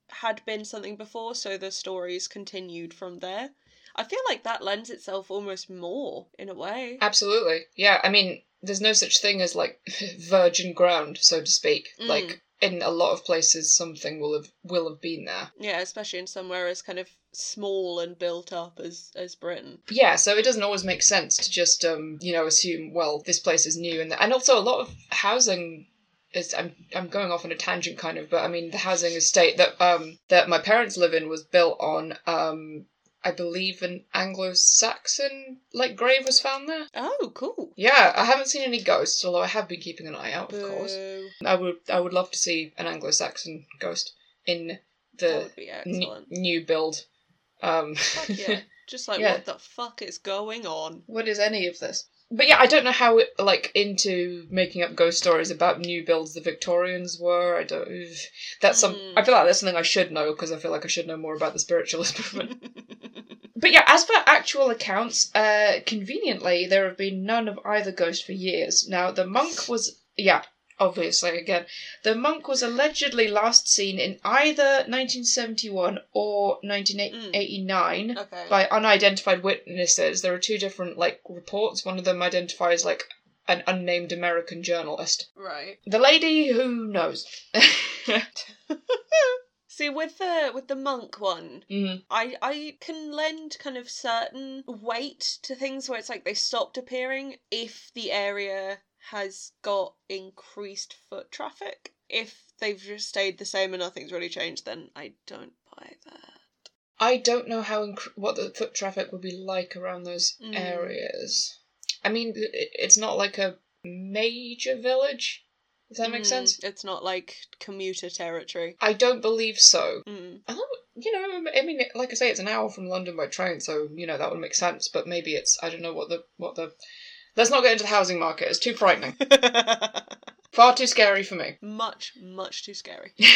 S2: had been something before, so the stories continued from there. I feel like that lends itself almost more in a way.
S3: Absolutely. Yeah, I mean, there's no such thing as like virgin ground, so to speak.
S2: Mm.
S3: Like in a lot of places something will have will have been there.
S2: Yeah, especially in somewhere as kind of small and built up as as Britain.
S3: Yeah, so it doesn't always make sense to just um, you know, assume well, this place is new and and also a lot of housing is I'm I'm going off on a tangent kind of, but I mean the housing estate that um that my parents live in was built on um I believe an Anglo-Saxon like grave was found there.
S2: Oh, cool.
S3: Yeah, I haven't seen any ghosts, although I have been keeping an eye out, of course.
S2: Boo.
S3: I would I would love to see an Anglo-Saxon ghost in
S2: that
S3: the
S2: would be
S3: n-
S2: Oh, excellent.
S3: new build. Um,
S2: Fuck yeah. Just like
S3: Yeah.
S2: what the fuck is going on?
S3: what is any of this? But yeah, I don't know how it, like into making up ghost stories about new builds the Victorians were. I don't. oof. That's some.
S2: Mm.
S3: I feel like that's something I should know because I feel like I should know more about the spiritualist movement. But yeah, as for actual accounts, uh, conveniently there have been none of either ghost for years. Now the monk was yeah, obviously again, the monk was allegedly last seen in either 1971 or 1989
S2: okay.
S3: by unidentified witnesses. There are two different like reports. One of them identifies like an unnamed American journalist.
S2: Right.
S3: The lady who knows.
S2: See with the with the monk one,
S3: Mhm.
S2: I I can lend kind of certain weight to things where it's like they stopped appearing if the area has got increased foot traffic. If they've just stayed the same and nothing's really changed, then I don't buy that.
S3: I don't know how inc- what the foot traffic would be like around those
S2: Mm.
S3: areas. I mean, i- it's not like a major village. Does that make
S2: Mm,
S3: sense?
S2: It's not like commuter territory.
S3: I don't believe so.
S2: Mm.
S3: I don't, you know, I mean, like I say, it's an hour from London by train, so you know that would make sense. But maybe it's I don't know what the what the. Let's not get into the housing market. It's too frightening. Far too scary for me.
S2: much, much too scary.
S3: yeah,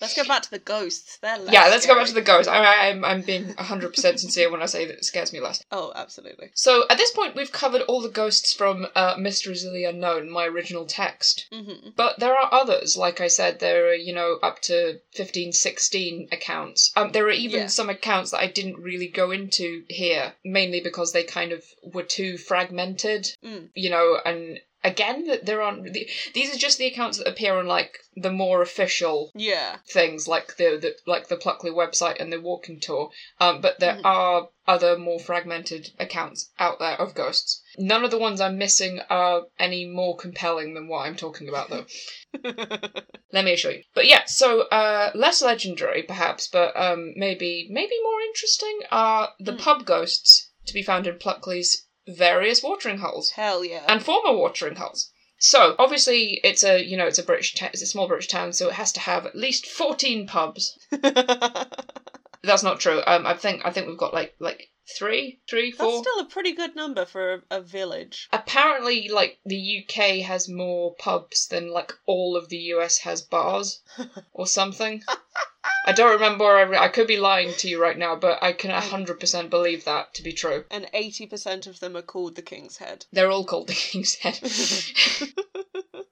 S2: Let's go back to the ghosts. They're less
S3: let's go back
S2: scary.
S3: to the ghost. I, I, I'm I'm being 100% sincere when I say that it scares me less.
S2: Oh, absolutely.
S3: So at this point, we've covered all the ghosts from uh, Mysteries of the Unknown, my original text.
S2: hmm
S3: But there are others. Like I said, there are, you know, up to 15, 16 accounts. Um, there are even
S2: Yeah.
S3: some accounts that I didn't really go into here, mainly because they kind of were too fragmented,
S2: Mm.
S3: you know, and again that there aren't. The, these are just the accounts that appear on like the more official
S2: Yeah.
S3: things, like the, the like the Pluckley website and the walking tour. Um, but there are other more fragmented accounts out there of ghosts. None of the ones I'm missing are any more compelling than what I'm talking about, though. Let me assure you. But yeah, so uh, less legendary perhaps, but um, maybe maybe more interesting are the pub ghosts to be found in Pluckley's various watering holes
S2: Hell yeah.
S3: and former watering holes. So obviously it's a you know it's a British ta- it's a small British town, so it has to have at least fourteen pubs. That's not true. Um, I think I think we've got like like three, three,
S2: That's
S3: four.
S2: still a pretty good number for a, a village.
S3: Apparently, like the UK has more pubs than like all of the US has bars, or something. I don't remember. I, re- I could be lying to you right now, but I can hundred percent believe that to be true.
S2: And 80% of them are called the King's Head.
S3: They're all called the King's Head.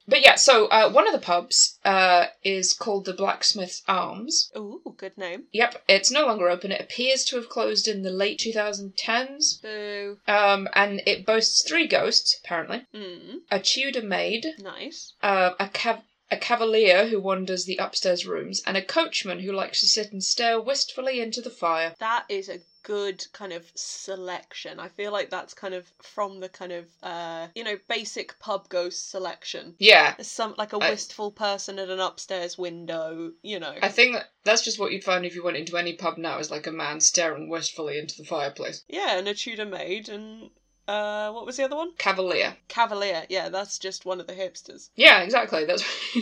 S3: but yeah, so uh, one of the pubs uh, is called the Blacksmith's Arms.
S2: Ooh, good name.
S3: Yep, it's no longer open. It appears to have closed in the late 2010s.
S2: Boo.
S3: Um, and it boasts three ghosts, apparently
S2: Mm,
S3: a Tudor maid,
S2: nice.
S3: uh, a, cav- a cavalier who wanders the upstairs rooms, and a coachman who likes to sit and stare wistfully into the fire.
S2: That is a good kind of selection. I feel like that's kind of from the kind of, uh, you know, basic pub ghost selection.
S3: Yeah,
S2: There's some, like a
S3: I-
S2: wistful person at an upstairs window, you know.
S3: I think that that's just what you'd find if you went into any pub now, is like a man staring wistfully into the fireplace.
S2: yeah, and a Tudor maid and, uh, what was the other one?
S3: Cavalier.
S2: Cavalier. Yeah, that's just one of the hipsters.
S3: Yeah, exactly. That's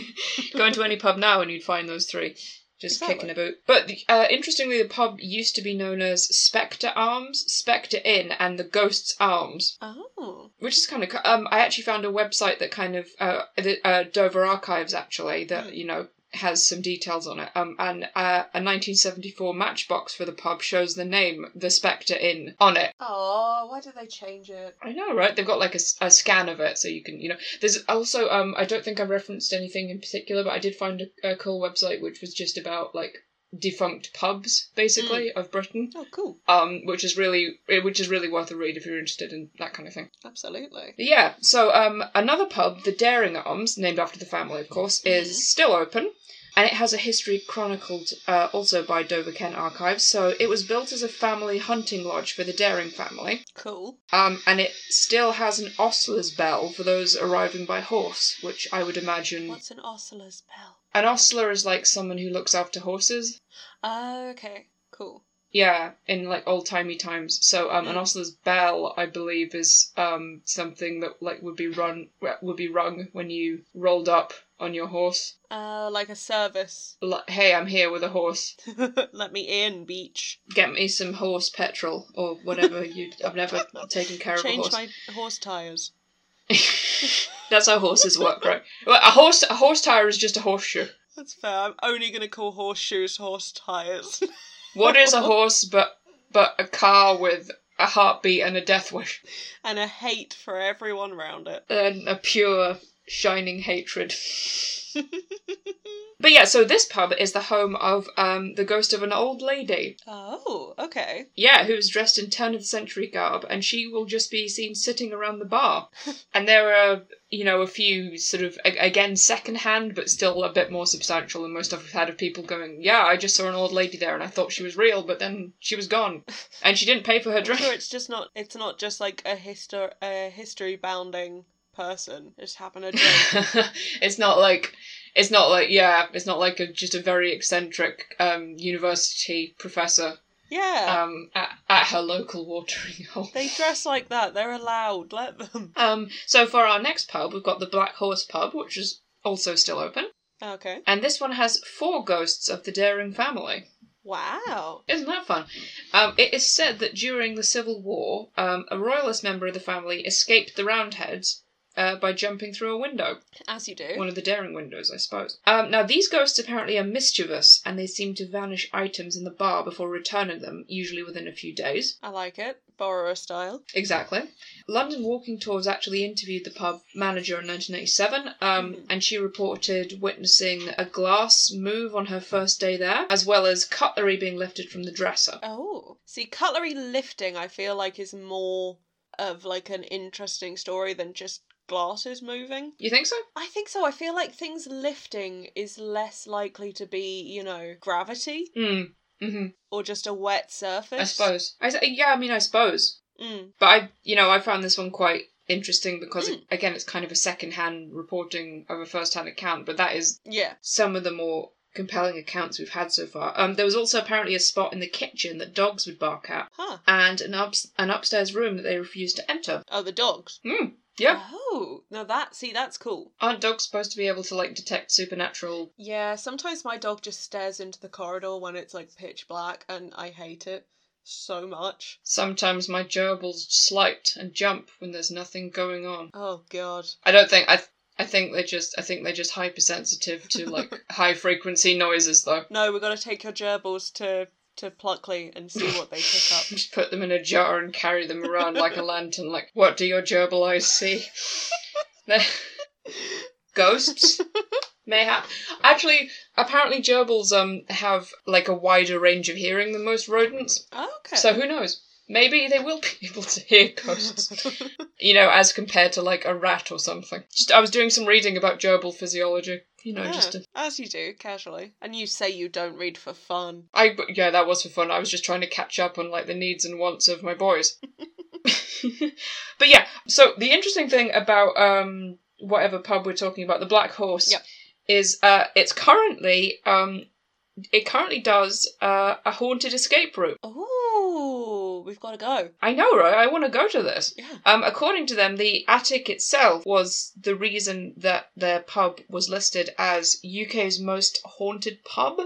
S3: go into any pub now and you'd find those three just
S2: Exactly.
S3: kicking about. But the, uh, interestingly, the pub used to be known as Spectre Arms, Spectre Inn, and the Ghost's Arms,
S2: Oh.
S3: which is kind of. Um, I actually found a website that kind of uh, the uh, Dover Archives actually that you know has some details on it. Um, and uh, a 1974 matchbox for the pub shows the name, the Spectre Inn, on it.
S2: Oh, why did they change it?
S3: I know, right? They've got like a, s- a scan of it, so you can, you know. There's also, um, I don't think I referenced anything in particular, but I did find a, a cool website which was just about like defunct pubs, basically, of Britain,
S2: Oh, cool.
S3: um, which is really, which is really worth a read if you're interested in that kind of thing.
S2: Absolutely.
S3: But yeah. So, um, another pub, the Daring Arms, named after the family, of course, is still open. And it has a history chronicled uh, also by Dover Kent Archives. So it was built as a family hunting lodge for the Daring family.
S2: Cool.
S3: Um, and it still has an ostler's bell for those arriving by horse, which I would imagine
S2: What's an ostler's bell?
S3: an ostler is like someone who looks after horses.
S2: Oh, okay. Cool.
S3: Yeah, in like old timey times. So um, an
S2: Mm.
S3: ostler's bell, I believe, is um something that like would be run would be rung when you rolled up on your horse.
S2: Uh, like a service.
S3: Like, hey, I'm here with a horse.
S2: Let me in, beach.
S3: Get me some horse petrol or whatever. you, I've never taken care of a
S2: Change
S3: horse.
S2: my horse tires.
S3: That's how horses work, right? Well, a horse a horse tire is just a horseshoe.
S2: That's fair. I'm only gonna call horseshoes horse tires.
S3: What is a horse but but a car with a heartbeat and a death wish
S2: and a hate for everyone round it.
S3: and a pure shining hatred. but yeah, so this pub is the home of um, the ghost of an old lady.
S2: Oh, okay.
S3: Yeah, who's dressed in turn of the century garb, and she will just be seen sitting around the bar. And there are, you know, a few sort of a- again second hand, but still a bit more substantial than most stuff we've had of people going, yeah, I just saw an old lady there, and I thought she was real, but then she was gone, and she didn't pay for her drink.
S2: Sure, it's just not. It's not just like a histor a history bounding person. It just happened to drink.
S3: it's not like it's not like yeah, it's not like a, just a very eccentric um, university professor
S2: yeah,
S3: um, at, at her local watering hole.
S2: they dress like that. They're allowed. Let them.
S3: Um, so for our next pub, we've got the Black Horse Pub, which is also still open,
S2: Okay.
S3: and this one has four ghosts of the Daring family.
S2: Wow.
S3: Isn't that fun? Um, it is said that during the Civil War, um, a royalist member of the family escaped the Roundheads uh, by jumping through a window.
S2: As you do.
S3: One of the daring windows, I suppose. Um, now, these ghosts apparently are mischievous, and they seem to vanish items in the bar before returning them, usually within a few days.
S2: I like it. Borrower style.
S3: Exactly. London Walking Tours actually interviewed the pub manager in 1987, um, and she reported witnessing a glass move on her first day there, as well as cutlery being lifted from the dresser.
S2: Oh. See, cutlery lifting, I feel like, is more of like an interesting story than just glass is moving.
S3: You think so?
S2: I think so. I feel like things lifting is less likely to be, you know, gravity
S3: Mm. hmm
S2: or just a wet surface.
S3: I suppose. I s- yeah. I mean, I suppose.
S2: Mm.
S3: But I, you know, I found this one quite interesting because it, again, it's kind of a second-hand reporting of a first-hand account. But that is
S2: Yeah.
S3: some of the more compelling accounts we've had so far. Um, there was also apparently a spot in the kitchen that dogs would bark at,
S2: Huh.
S3: and an ups- an upstairs room that they refused to enter.
S2: Oh, the dogs.
S3: Mm. Yeah.
S2: Oh, now that see that's cool.
S3: Aren't dogs supposed to be able to like detect supernatural?
S2: Yeah, sometimes my dog just stares into the corridor when it's like pitch black, and I hate it so much.
S3: Sometimes my gerbils slight and jump when there's nothing going on.
S2: Oh god.
S3: I don't think I. Th- I think they're just. I think they're just hypersensitive to like high frequency noises, though.
S2: No, we got to take your gerbils to to Pluckley and see what they pick up.
S3: Just put them in a jar and carry them around like a lantern. Like, what do your gerbil eyes see? Ghosts, mayhap. Actually, apparently gerbils um have like a wider range of hearing than most rodents.
S2: Okay.
S3: So who knows? Maybe they will be able to hear ghosts. you know, as compared to like a rat or something. Just, I was doing some reading about gerbil physiology. You know,
S2: Yeah,
S3: just to
S2: as you do casually, and you say you don't read for fun.
S3: I but yeah, that was for fun. I was just trying to catch up on like the needs and wants of my boys. but yeah, so the interesting thing about um whatever pub we're talking about, the Black Horse,
S2: Yep.
S3: is uh it's currently um it currently does uh, a haunted escape route.
S2: Oh, we've got to go.
S3: I know, right? I want to go to this.
S2: Yeah.
S3: Um, according to them, the attic itself was the reason that their pub was listed as UK's most haunted pub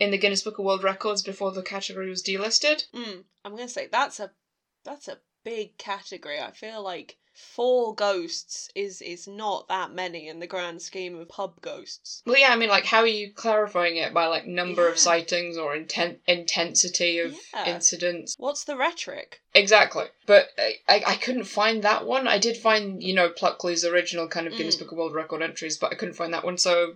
S3: in the Guinness Book of World Records before the category was delisted.
S2: Mm, I'm gonna say that's a that's a big category. I feel like four ghosts is is not that many in the grand scheme of pub ghosts.
S3: Well, yeah, I mean, like, how are you clarifying it by like number of
S2: Yeah.
S3: sightings or inten- intensity of
S2: Yeah.
S3: incidents?
S2: What's the rhetoric?
S3: Exactly. But I, I, I couldn't find that one. I did find, you know, Pluckley's original kind of Guinness
S2: Mm.
S3: Book of World Record entries, but I couldn't find that one. So,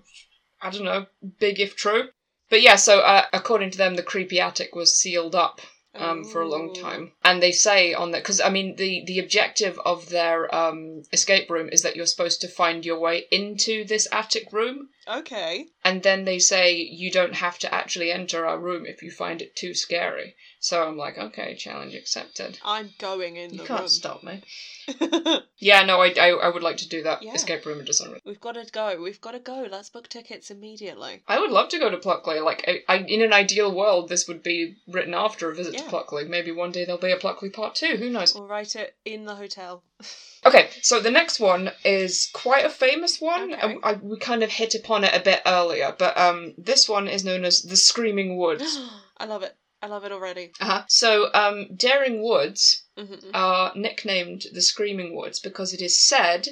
S3: I don't know. Big if true. But yeah, so uh, according to them, the creepy attic was sealed up um, for a long
S2: Ooh.
S3: time. And they say on that because I mean the the objective of their um, escape room is that you're supposed to find your way into this attic room,
S2: Okay.
S3: and then they say you don't have to actually enter our room if you find it too scary. So I'm like, okay, challenge accepted.
S2: I'm going in
S3: You
S2: the
S3: can't
S2: room.
S3: stop me. Yeah, no, I, I, I would like to do that
S2: Yeah.
S3: escape room in Dishonored.
S2: We've got to go. We've got to go. Let's book tickets immediately.
S3: I would love to go to Pluckley. Like, I, I, in an ideal world, this would be written after a visit
S2: Yeah.
S3: to Pluckley. Maybe one day there'll be a Pluckley part two. Who knows?
S2: We'll write it in the hotel.
S3: Okay, so the next one is quite a famous one.
S2: Okay.
S3: I, I- we kind of hit upon it a bit earlier, but um, this one is known as the Screaming Woods.
S2: I love it. I love it already.
S3: Uh-huh. So, um, Daring Woods
S2: hmm
S3: are nicknamed the Screaming Woods because it is said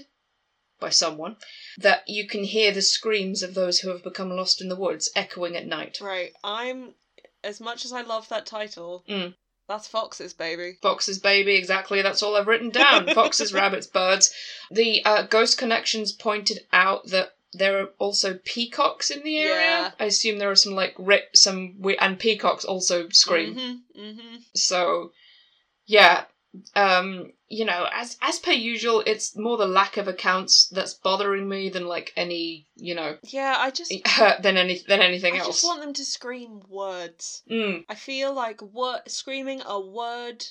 S3: by someone that you can hear the screams of those who have become lost in the woods echoing at night.
S2: Right. I'm as much as I love that title.
S3: Mm.
S2: That's Foxes, baby.
S3: Foxes, baby, exactly. That's all I've written down. Foxes, rabbits, birds. The uh, Ghost Connections pointed out that there are also peacocks in the area.
S2: Yeah.
S3: I assume there are some like rip, some we- and peacocks also scream.
S2: Mm-hmm. Mm-hmm.
S3: So, yeah, um, you know, as as per usual, it's more the lack of accounts that's bothering me than like any, you know,
S2: Yeah. I just.
S3: than any than anything
S2: I
S3: else.
S2: just want them to scream words.
S3: Mm,
S2: I feel like wor- screaming a word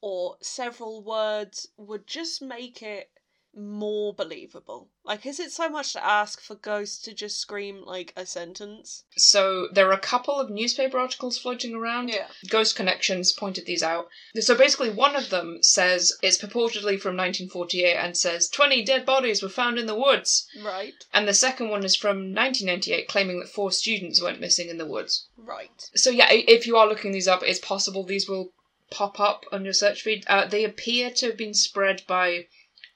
S2: or several words would just make it more believable. Like, is it so much to ask for ghosts to just scream like a sentence?
S3: so there are a couple of newspaper articles floating around. Ghost Connections pointed these out. So basically, one of them says it's purportedly from 1948 and says 20 dead bodies were found in the woods.
S2: Right.
S3: And the second one is from 1998, claiming that four students went missing in the woods.
S2: Right.
S3: So yeah, i- if you are looking these up, it's possible these will pop up on your search feed. Uh, they appear to have been spread by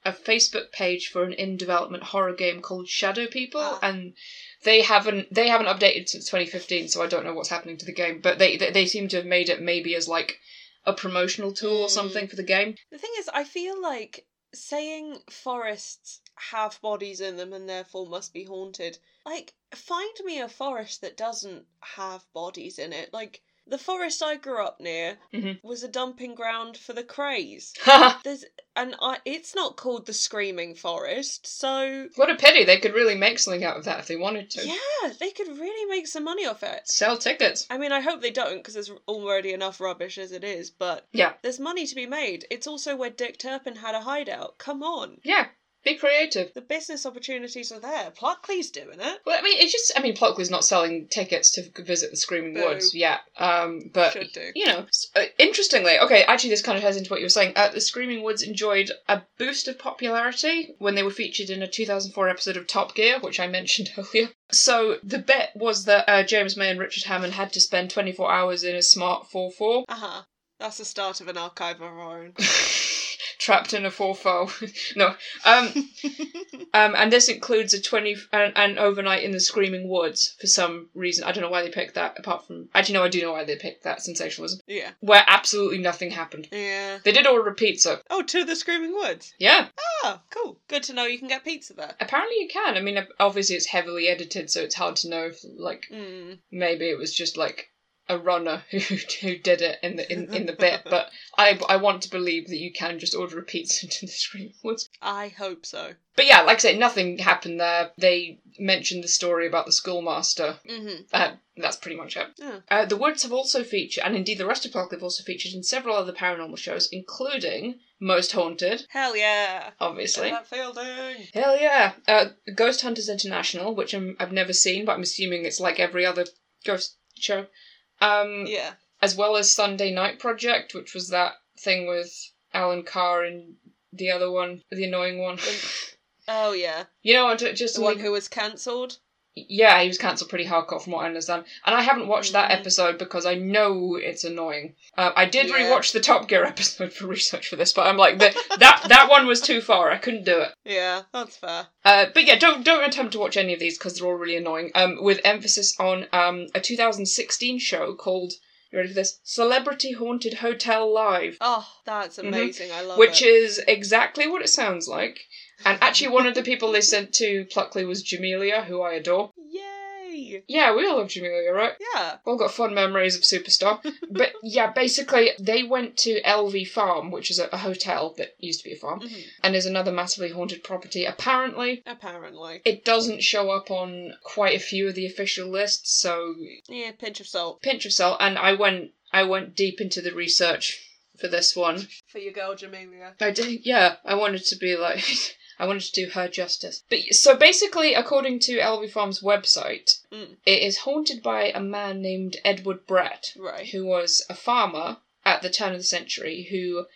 S3: a Facebook page for an in-development horror game called Shadow People,
S2: Ah.
S3: and they haven't they haven't updated since 2015, so I don't know what's happening to the game. But they they, they seem to have made it maybe as like a promotional tool or
S2: Mm.
S3: something for the game.
S2: The thing is, I feel like saying forests have bodies in them and therefore must be haunted. Like, find me a forest that doesn't have bodies in it. Like, The forest I grew up near
S3: Mhm.
S2: was a dumping ground for the craze. There's and I, it's not called the Screaming Forest, so
S3: what a pity. They could really make something out of that if they wanted to.
S2: yeah, they could really make some money off it.
S3: Sell tickets.
S2: I mean, I hope they don't because there's already enough rubbish as it is, but
S3: Yeah.
S2: there's money to be made. It's also where Dick Turpin had a hideout. Come on.
S3: Yeah. Be creative.
S2: The business opportunities are there. Pluckley's doing it.
S3: Well, I mean, it's just, I mean, Pluckley's not selling tickets to visit the Screaming
S2: Boo.
S3: Woods yet. Um, but,
S2: Should do.
S3: you know, s- uh, interestingly, okay, actually, this kind of ties into what you were saying. Uh, the Screaming Woods enjoyed a boost of popularity when they were featured in a 2004 episode of Top Gear, which I mentioned earlier. So the bet was that uh, James May and Richard Hammond had to spend 24 hours in a smart 4 4.
S2: Uh huh. That's the start of an archive of our own.
S3: trapped in a four-foe. no, um, um, and this includes a twenty an, an overnight in the Screaming Woods for some reason. I don't know why they picked that. Apart from actually, no, I do know why they picked that sensationalism,
S2: Yeah.
S3: where absolutely nothing happened.
S2: Yeah.
S3: They did order a pizza.
S2: Oh, to the Screaming Woods.
S3: Yeah,
S2: Ah, cool. Good to know you can get pizza there.
S3: apparently you can. I mean, obviously it's heavily edited, so it's hard to know if like
S2: Mm.
S3: maybe it was just like a runner who who did it in the in, in the bit. But I I want to believe that you can just order a pizza to the Screaming Woods.
S2: I hope so.
S3: But yeah, like I say, nothing happened there. They mentioned the story about the schoolmaster.
S2: Mm-hmm.
S3: Uh, that's pretty much it.
S2: Yeah.
S3: Uh, the Woods have also featured, and indeed the rest of Park have also featured in several other paranormal shows, including Most Haunted,
S2: Hell yeah.
S3: obviously.
S2: Get that fielding.
S3: Hell yeah! Uh, Ghost Hunters International, which i I've never seen, but I'm assuming it's like every other ghost show. Um,
S2: Yeah.
S3: As well as Sunday Night Project, which was that thing with Alan Carr and the other one, the annoying one.
S2: Oh yeah.
S3: you know, what, just
S2: The one who was cancelled.
S3: Yeah, he was cancelled pretty hardcore from what I understand. And I haven't watched that
S2: Mhm.
S3: episode because I know it's annoying. Uh, I did
S2: Yeah.
S3: rewatch the Top Gear episode for research for this, but I'm like, the, that that one was too far. I couldn't do it.
S2: Yeah, that's fair.
S3: Uh, but yeah, don't don't attempt to watch any of these because they're all really annoying. Um, with emphasis on um a 2016 show called you ready for this Celebrity Haunted Hotel Live,
S2: Oh, that's amazing. I love
S3: Mm-hmm. which
S2: it.
S3: is exactly what it sounds like. And actually, one of the people they sent to Pluckley was Jamelia, who I adore.
S2: Yay!
S3: Yeah, we all love Jamelia, right?
S2: Yeah.
S3: all got fond memories of Superstar. but yeah, basically, they went to LV Farm, which is a, a hotel that used to be a farm,
S2: Mhm.
S3: and is another massively haunted property. Apparently,
S2: Apparently.
S3: it doesn't show up on quite a few of the official lists, so
S2: Yeah, pinch of salt.
S3: pinch yourself. And I went, I went deep into the research for this one.
S2: For your girl Jamelia.
S3: I did, yeah. I wanted to be like, I wanted to do her justice. But so basically, according to LV Farm's website,
S2: Mm.
S3: it is haunted by a man named Edward Brett,
S2: Right.
S3: who was a farmer at the turn of the century, who,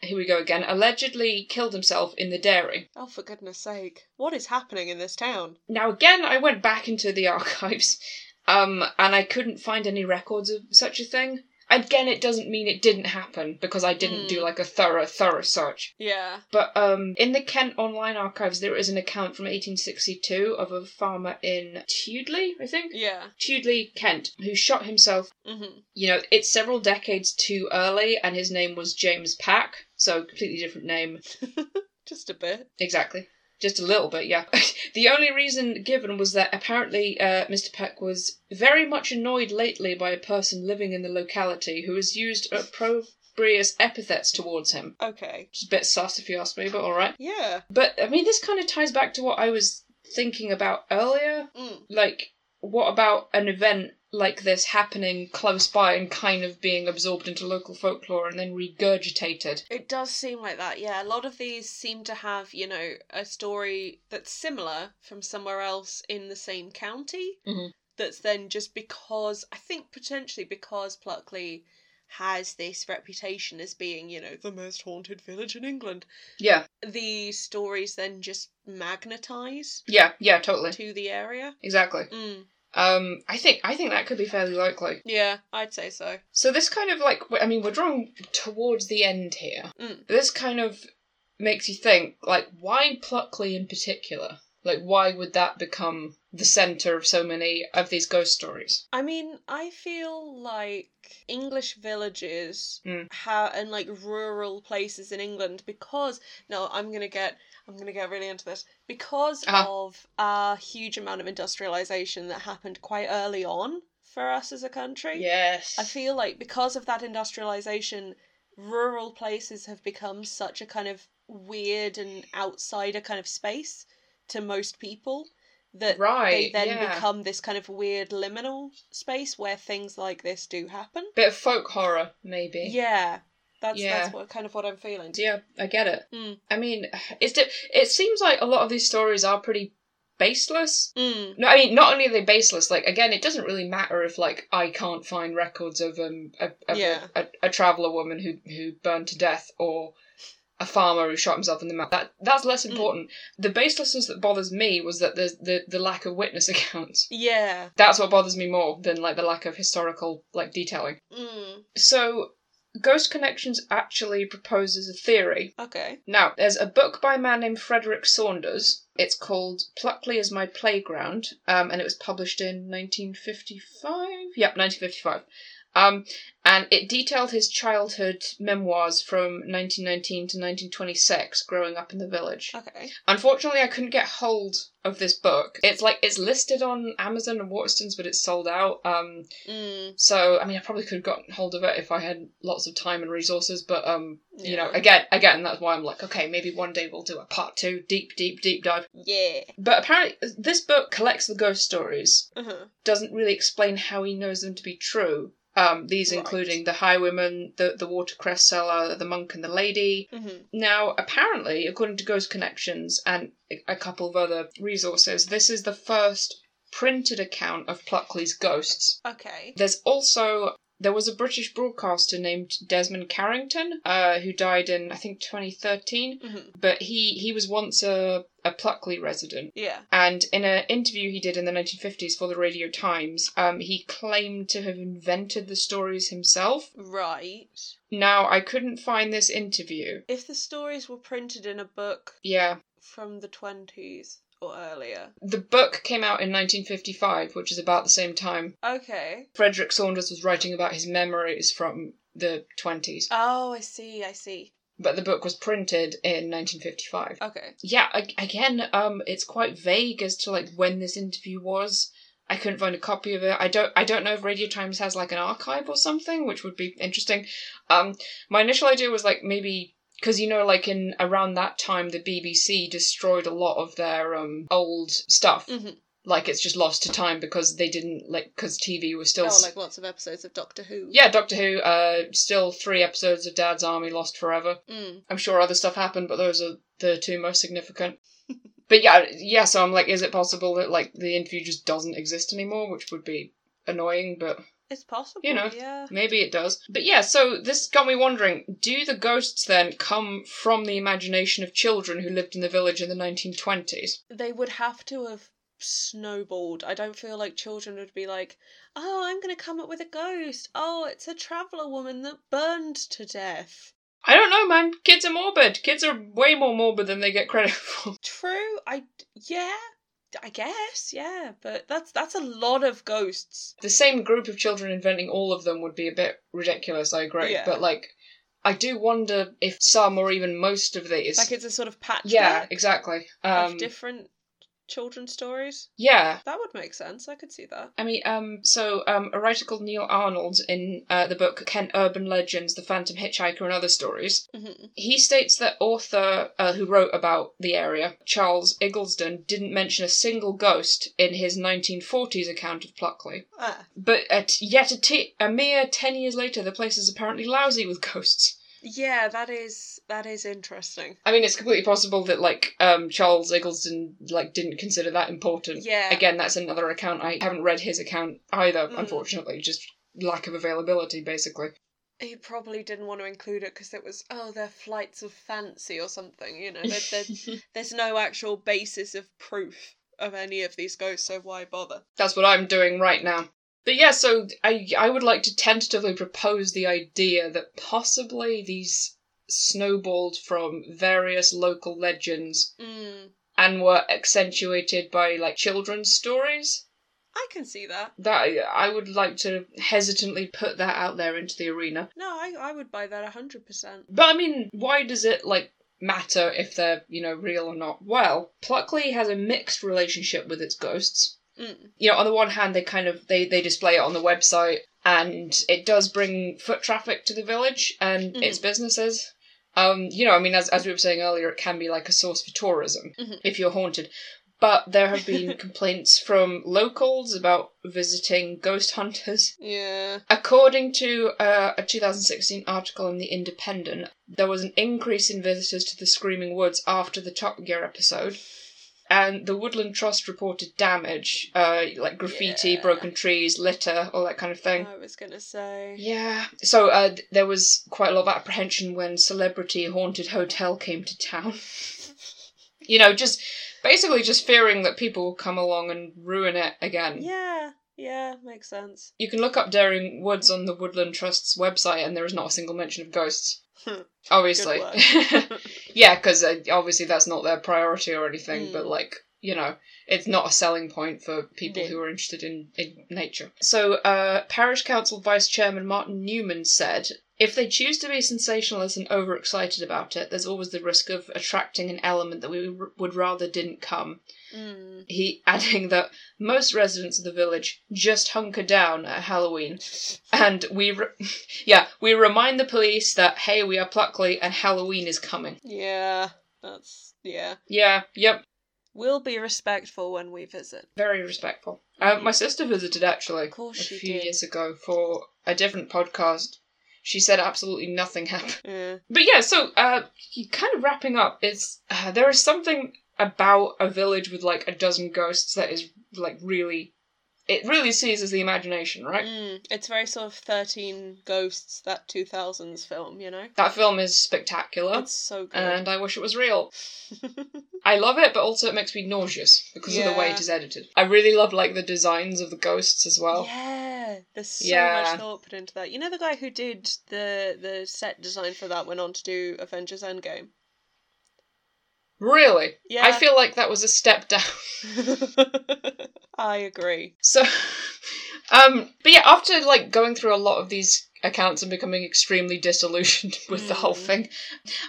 S3: here we go again, allegedly killed himself in the dairy.
S2: Oh, for goodness sake. What is happening in this town?
S3: Now again, I went back into the archives, um, and I couldn't find any records of such a thing. Again, it doesn't mean it didn't happen because I didn't do
S2: Hmm.
S3: like a thorough, thorough search.
S2: Yeah.
S3: But um, in the Kent Online Archives, there is an account from 1862 of a farmer in Tudley, I think,
S2: Yeah.
S3: Tudley, Kent, who shot himself.
S2: hmm
S3: You know, it's several decades too early, and his name was James Pack, so completely different name.
S2: Just a bit.
S3: Exactly. Just a little bit, yeah. the only reason given was that apparently uh, Mr. Peck was very much annoyed lately by a person living in the locality who has used opprobrious epithets towards him.
S2: Okay.
S3: Which is a bit sus if you ask me, but alright.
S2: Yeah.
S3: But I mean, this kind of ties back to what I was thinking about earlier.
S2: Mm.
S3: Like, what about an event like this happening close by and kind of being absorbed into local folklore and then regurgitated?
S2: It does seem like that, yeah. A lot of these seem to have, you know, a story that's similar from somewhere else in the same county.
S3: Mhm.
S2: That's then just because, I think potentially because Pluckley has this reputation as being, you know, the most haunted village in England,
S3: Yeah,
S2: the stories then just magnetize
S3: yeah, yeah, totally,
S2: to the area.
S3: exactly.
S2: Mm,
S3: Um, I think I think that could be fairly likely.
S2: yeah, I'd say so.
S3: So this kind of like, I mean, we're drawing towards the end here.
S2: Mm.
S3: This kind of makes you think, like, why Pluckley in particular? Like, why would that become the center of so many of these ghost stories?
S2: I mean, I feel like English villages
S3: Mm.
S2: ha- and like rural places in England because no, I'm gonna get I'm gonna get really into this because
S3: Uh-huh.
S2: of a huge amount of industrialization that happened quite early on for us as a country.
S3: Yes.
S2: I feel like because of that industrialization, rural places have become such a kind of weird and outsider kind of space to most people that they
S3: Right,
S2: then
S3: yeah.
S2: become this kind of weird liminal space where things like this do happen.
S3: Bit of folk horror, maybe.
S2: Yeah. That's
S3: Yeah.
S2: that's what kind of what I'm feeling.
S3: Yeah, I get it.
S2: Mm.
S3: I mean, it's di- it seems like a lot of these stories are pretty baseless.
S2: Mm.
S3: No, I mean, not only are they baseless, like, again, it doesn't really matter if, like, I can't find records of, um, a, of
S2: Yeah.
S3: a, a, a traveller woman who, who burned to death or a farmer who shot himself in the mouth. That, that's less
S2: Hmm.
S3: important. The baselessness that bothers me was that there's the, the lack of witness accounts.
S2: Yeah.
S3: That's what bothers me more than, like, the lack of historical, like, detailing.
S2: Mm.
S3: So, Ghost Connections actually proposes a theory
S2: Okay.
S3: now, there's a book by a man named Frederick Saunders. It's called Pluckley is My Playground, um, and it was published in 1955. Yep, 1955. Um, and it detailed his childhood memoirs from 1919 to 1926, growing up in the village.
S2: Okay.
S3: Unfortunately, I couldn't get hold of this book. It's like it's listed on Amazon and Waterstones, but it's sold out. Um,
S2: Mm.
S3: so I mean, I probably could have gotten hold of it if I had lots of time and resources. But um, you know,
S2: Yeah.
S3: again, again, that's why I'm like, okay, maybe one day we'll do a part two, deep, deep, deep dive.
S2: Yeah.
S3: But apparently, this book collects the ghost stories.
S2: Uh-huh.
S3: Doesn't really explain how he knows them to be true. Um, these
S2: Right.
S3: including the highwayman, the the watercress seller, the monk, and the lady.
S2: Mm-hmm.
S3: Now, apparently, according to Ghost Connections and a- a couple of other resources, this is the first printed account of Pluckley's ghosts.
S2: Okay.
S3: There's also there was a British broadcaster named Desmond Carrington, uh, who died in I think 2013.
S2: Mhm.
S3: But he he was once a a Pluckley resident.
S2: Yeah.
S3: And in an interview he did in the 1950s for the Radio Times, um, he claimed to have invented the stories himself.
S2: Right.
S3: Now, I couldn't find this interview.
S2: If the stories were printed in a book
S3: Yeah.
S2: from the 20s or earlier.
S3: The book came out in 1955, which is about the same time
S2: Okay.
S3: Frederick Saunders was writing about his memories from the 20s.
S2: Oh, I see, I see.
S3: but the book was printed in 1955.
S2: Okay.
S3: Yeah, ag- again, um, it's quite vague as to like when this interview was. I couldn't find a copy of it. I don't. I don't know if Radio Times has like an archive or something, which would be interesting. Um, my initial idea was like maybe because you know, like in around that time, the BBC destroyed a lot of their um old stuff.
S2: Mhm.
S3: Like it's just lost to time because they didn't like because TV was still
S2: Oh,
S3: s-
S2: like lots of episodes of Doctor Who.
S3: yeah Doctor Who. Uh, still three episodes of Dad's Army lost forever.
S2: Mm.
S3: I'm sure other stuff happened, but those are the two most significant. but yeah, yeah. So I'm like, is it possible that like the interview just doesn't exist anymore, which would be annoying, but
S2: It's possible,
S3: You know.
S2: yeah.
S3: maybe it does. But yeah, so this got me wondering: Do the ghosts then come from the imagination of children who lived in the village in the 1920s?
S2: They would have to have snowballed. I don't feel like children would be like, oh, I'm going to come up with a ghost. Oh, it's a traveller woman that burned to death.
S3: I don't know, man. Kids are morbid. Kids are way more morbid than they get credit for.
S2: True, I. Yeah. I guess, yeah, but that's that's a lot of ghosts.
S3: the same group of children inventing all of them would be a bit ridiculous, I agree.
S2: Yeah.
S3: But like I do wonder if some or even most of these
S2: Like it's a sort of patchwork
S3: Yeah, exactly. Um
S2: of different children's stories.
S3: Yeah.
S2: That would make sense. I could see that.
S3: I mean, um, so um, a writer called Neil Arnold in uh, the book Kent Urban Legends, The Phantom Hitchhiker and Other Stories,
S2: Mhm.
S3: he states that author uh, who wrote about the area, Charles Eggleston, didn't mention a single ghost in his 1940s account of Pluckley.
S2: Ah,
S3: But at yet a, t- a mere 10 years later, the place is apparently lousy with ghosts.
S2: yeah, that is that is interesting.
S3: I mean, it's completely possible that, like, um, Charles Eggleston, like, didn't consider that important.
S2: Yeah.
S3: Again, that's another account. I haven't read his account either,
S2: Mm.
S3: unfortunately. Just lack of availability, basically.
S2: He probably didn't want to include it because it was oh, they're flights of fancy or something. You know, there, there, there's no actual basis of proof of any of these ghosts, so why bother?
S3: That's what I'm doing right now. But yeah, so I, I would like to tentatively propose the idea that possibly these snowballed from various local legends
S2: Mm,
S3: and were accentuated by like children's stories.
S2: I can see that.
S3: That I would like to hesitantly put that out there into the arena.
S2: No, I I would buy that hundred percent.
S3: But I mean, why does it like matter if they're you know real or not? Well, Pluckley has a mixed relationship with its ghosts.
S2: Mm.
S3: you know on the one hand they kind of they they display it on the website and it does bring foot traffic to the village and its businesses um you know i mean as, as we were saying earlier it can be like a source for tourism
S2: Mhm.
S3: if you're haunted but there have been complaints from locals about visiting ghost hunters
S2: Yeah.
S3: According to uh, a 2016 article in The Independent, there was an increase in visitors to the Screaming Woods after the Top Gear episode, and the Woodland Trust reported damage, uh, like graffiti,
S2: Yeah. Oh.
S3: broken trees, litter, all that kind of thing.
S2: I was gonna say.
S3: Yeah, so uh, th- there was quite a lot of apprehension when Celebrity Haunted Hotel came to town. you know, just basically just fearing that people will come along and ruin it again.
S2: Yeah. Yeah. Makes sense.
S3: You can look up Daring Woods on the Woodland Trust's website, and there is not a single mention of ghosts. Obviously.
S2: Good work.
S3: yeah, because uh, obviously that's not their priority or anything,
S2: Mm.
S3: but like, you know, it's not a selling point for people
S2: Yeah.
S3: who are interested in, in nature. So, uh, Parish Council Vice Chairman Martin Newman said. If they choose to be sensationalist and overexcited about it, there's always the risk of attracting an element that we r- would rather didn't come
S2: mm.
S3: he adding that most residents of the village just hunker down at Halloween, and we, re- yeah, we remind the police that hey, we are Pluckley and Halloween is coming.
S2: Yeah. That's yeah.
S3: Yeah, yep,
S2: We'll be respectful when we visit.
S3: very respectful. Uh, my sister visited actually
S2: Of course
S3: a
S2: she
S3: few
S2: did.
S3: years ago for a different podcast. She said absolutely nothing happened.
S2: Yeah.
S3: But yeah, so uh, you- kind of wrapping up is uh, there is something about a village with like a dozen ghosts that is like really, it really seizes the imagination, right?
S2: Mm. It's very sort of thirteen ghosts that two thousands film. You know.
S3: That film is spectacular,
S2: It's so good.
S3: and I wish it was real. I love it, but also it makes me nauseous because of the way
S2: Yeah.
S3: it is edited. I really love like the designs of the ghosts as well.
S2: Yeah, there's so
S3: Yeah.
S2: much thought put into that. You know the guy who did the the set design for that went on to do Avengers Endgame.
S3: Really,
S2: Yeah,
S3: I feel like that was a step down.
S2: I agree.
S3: So, um, but yeah, after like going through a lot of these accounts and becoming extremely disillusioned with the whole
S2: Mm.
S3: thing,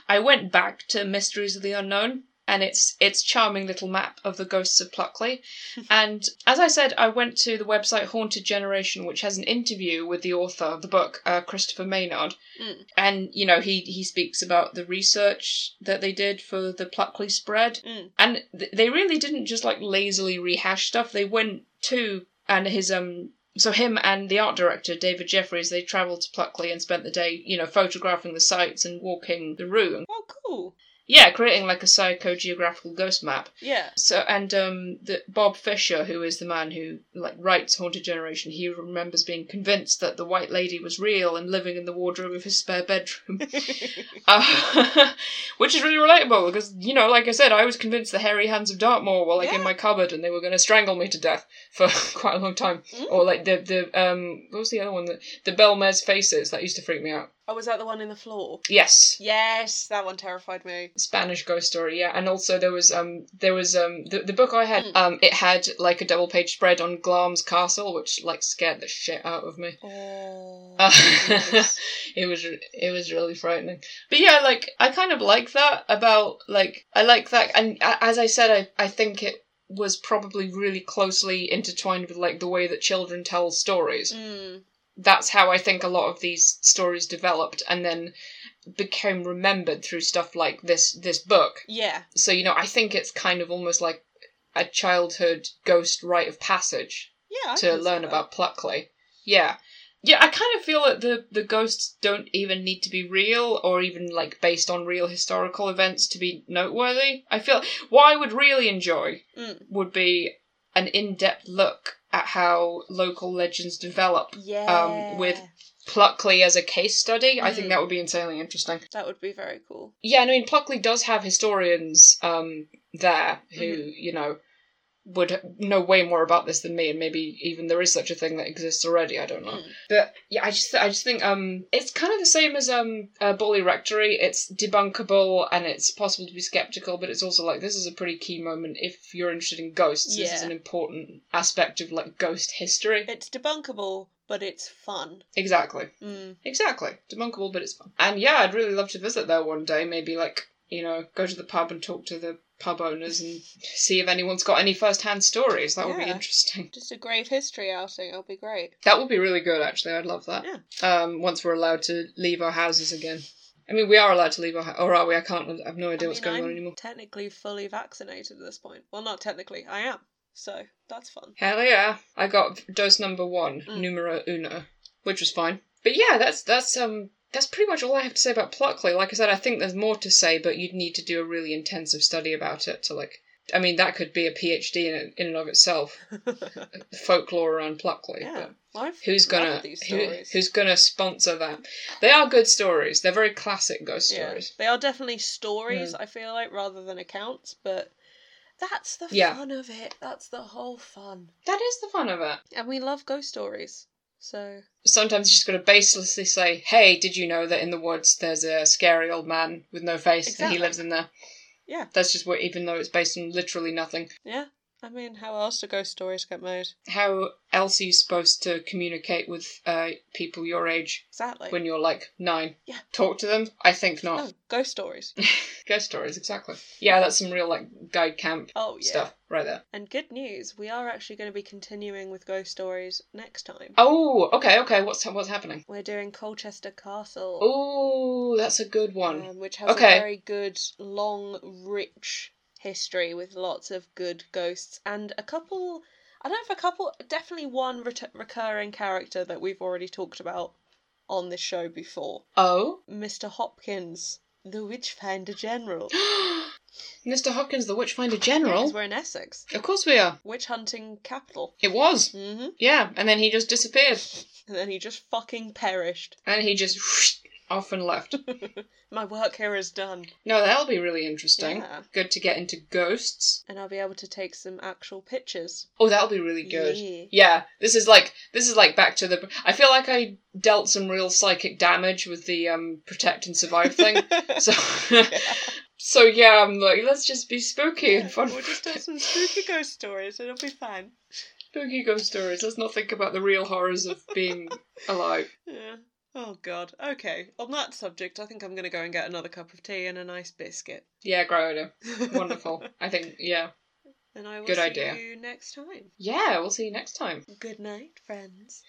S3: I went back to Mysteries of the Unknown and its its charming little map of the ghosts of Pluckley. and as I said, I went to the website Haunted Generation, which has an interview with the author of the book, uh, Christopher Maynard.
S2: Mm.
S3: And you know, he he speaks about the research that they did for the Pluckley spread
S2: Mm.
S3: and th- they really didn't just like lazily rehash stuff they went to and his um so him and the art director david jeffries they traveled to pluckley and spent the day you know photographing the sites and walking the room
S2: Oh, cool.
S3: yeah creating like a psychogeographical ghost map
S2: Yeah.
S3: so and um the bob fisher who is the man who like writes haunted generation he remembers being convinced that the white lady was real and living in the wardrobe of his spare bedroom uh, which is really relatable because you know, like I said, I was convinced the hairy hands of Dartmoor were like
S2: Yeah.
S3: in my cupboard and they were going to strangle me to death for quite a long time. Or like the the um, what was the other one? The, the Belmez faces that used to freak me out.
S2: oh, was that the one in the floor?
S3: Yes,
S2: Yes, that one terrified me.
S3: Spanish ghost story. Yeah, and also there was um there was um the, the book I had um it had like a double page spread on Glam's castle, which like scared the shit out of me. Uh,
S2: Oh. goodness.
S3: it was re- it was really frightening but yeah like i kind of like that about like i like that and a- as i said i i think it was probably really closely intertwined with like the way that children tell stories
S2: Mm.
S3: that's how i think a lot of these stories developed and then became remembered through stuff like this this book
S2: Yeah.
S3: so you know i think it's kind of almost like a childhood ghost rite of passage
S2: Yeah. I
S3: to
S2: can see
S3: learn
S2: that.
S3: about Pluckley. Yeah. Yeah, I kind of feel that the, the ghosts don't even need to be real or even like based on real historical events to be noteworthy. I feel what I would really enjoy
S2: Mm.
S3: would be an in depth look at how local legends develop. um,
S2: Yeah.
S3: with- Pluckley as a case study. I
S2: Mm.
S3: think that would be insanely interesting.
S2: that would be very cool.
S3: Yeah, and I mean Pluckley does have historians um there who,
S2: Mm-hmm.
S3: you know, would know way more about this than me and maybe even there is such a thing that exists already, I don't know.
S2: Mm.
S3: But yeah, I just I just think um it's kind of the same as um uh, Bully Rectory. It's debunkable and it's possible to be skeptical, but it's also like this is a pretty key moment if you're interested in ghosts. This is
S2: Yeah.
S3: an important aspect of like ghost history.
S2: It's debunkable, but it's fun.
S3: exactly.
S2: Mm.
S3: Exactly. Debunkable, but it's fun. And yeah, I'd really love to visit there one day. Maybe, like, you know, go to the pub and talk to the pub owners and see if anyone's got any first hand stories. That would be
S2: Yeah.
S3: interesting.
S2: Just a grave history outing. It'll be great.
S3: That would be really good, actually. I'd love that. Um, once we're allowed to leave our houses again. I mean, we are allowed to leave our hou- or are we? I can't. I have no idea what's
S2: mean,
S3: going
S2: I'm
S3: on anymore.
S2: Technically fully vaccinated at this point. Well, not technically. I am. So that's fun.
S3: Hell yeah! I got dose number one,
S2: Mm.
S3: numero uno, which was fine. But yeah, that's that's um that's pretty much all I have to say about Pluckley. Like I said, I think there's more to say, but you'd need to do a really intensive study about it to like. I mean, that could be a PhD in in and of itself, folklore around Pluckley.
S2: Yeah.
S3: But
S2: Well, I've
S3: who's
S2: loved
S3: gonna
S2: these
S3: who,
S2: stories.
S3: who's gonna sponsor that? They are good stories. They're very classic ghost
S2: Yeah.
S3: stories. Mm.
S2: They are definitely stories, I feel like, rather than accounts, but that's the
S3: Yeah.
S2: fun of it. That's the whole fun.
S3: That is the fun of it.
S2: And we love ghost stories. So
S3: sometimes you just got to baselessly say, "Hey, did you know that in the woods there's a scary old man with no face and
S2: Exactly.
S3: he lives in there?"
S2: Yeah.
S3: that's just what. Even though it's based on literally nothing,
S2: yeah. I mean, how else do ghost stories get made?
S3: how else are you supposed to communicate with uh, people your age
S2: Exactly.
S3: when you're like nine?
S2: Yeah.
S3: talk to them. I think not.
S2: no, Oh, ghost stories.
S3: Ghost stories, exactly. Yeah, that's some real like guide camp
S2: Oh yeah.
S3: stuff right there.
S2: And good news, we are actually going to be continuing with ghost stories next time.
S3: Oh, okay, okay. What's what's happening?
S2: We're doing Colchester Castle.
S3: Oh, that's a good one.
S2: um, which has
S3: Okay.
S2: a very good, long, rich history with lots of good ghosts and a couple. I don't know if a couple, definitely one ret- recurring character that we've already talked about on this show before.
S3: oh,
S2: Mr. Hopkins, the Witchfinder General.
S3: Mr. Hopkins, the Witchfinder
S2: Because
S3: General.
S2: we're in Essex,
S3: Of course we are.
S2: witch hunting capital.
S3: It was.
S2: hmm
S3: Yeah, and then he just disappeared.
S2: And then he just fucking perished.
S3: And he just off and left.
S2: My work here is done.
S3: No, that'll be really interesting.
S2: Yeah.
S3: Good to get into ghosts.
S2: And I'll be able to take some actual pictures.
S3: Oh, that'll be really good.
S2: Yeah.
S3: Yeah. this is like this is like back to the. I feel like I dealt some real psychic damage with the um protect and survive thing. so, so yeah, I'm like, let's just be spooky and fun.
S2: We'll just tell some spooky ghost stories, it'll be fine.
S3: spooky ghost stories. Let's not think about the real horrors of being alive.
S2: Yeah. Oh god. Okay. On that subject, I think I'm gonna go and get another cup of tea and a nice biscuit.
S3: Yeah, great idea. Wonderful. I think. Yeah.
S2: and I will
S3: Good
S2: see
S3: idea.
S2: you next time.
S3: Yeah, we'll see you next time.
S2: Good night, friends.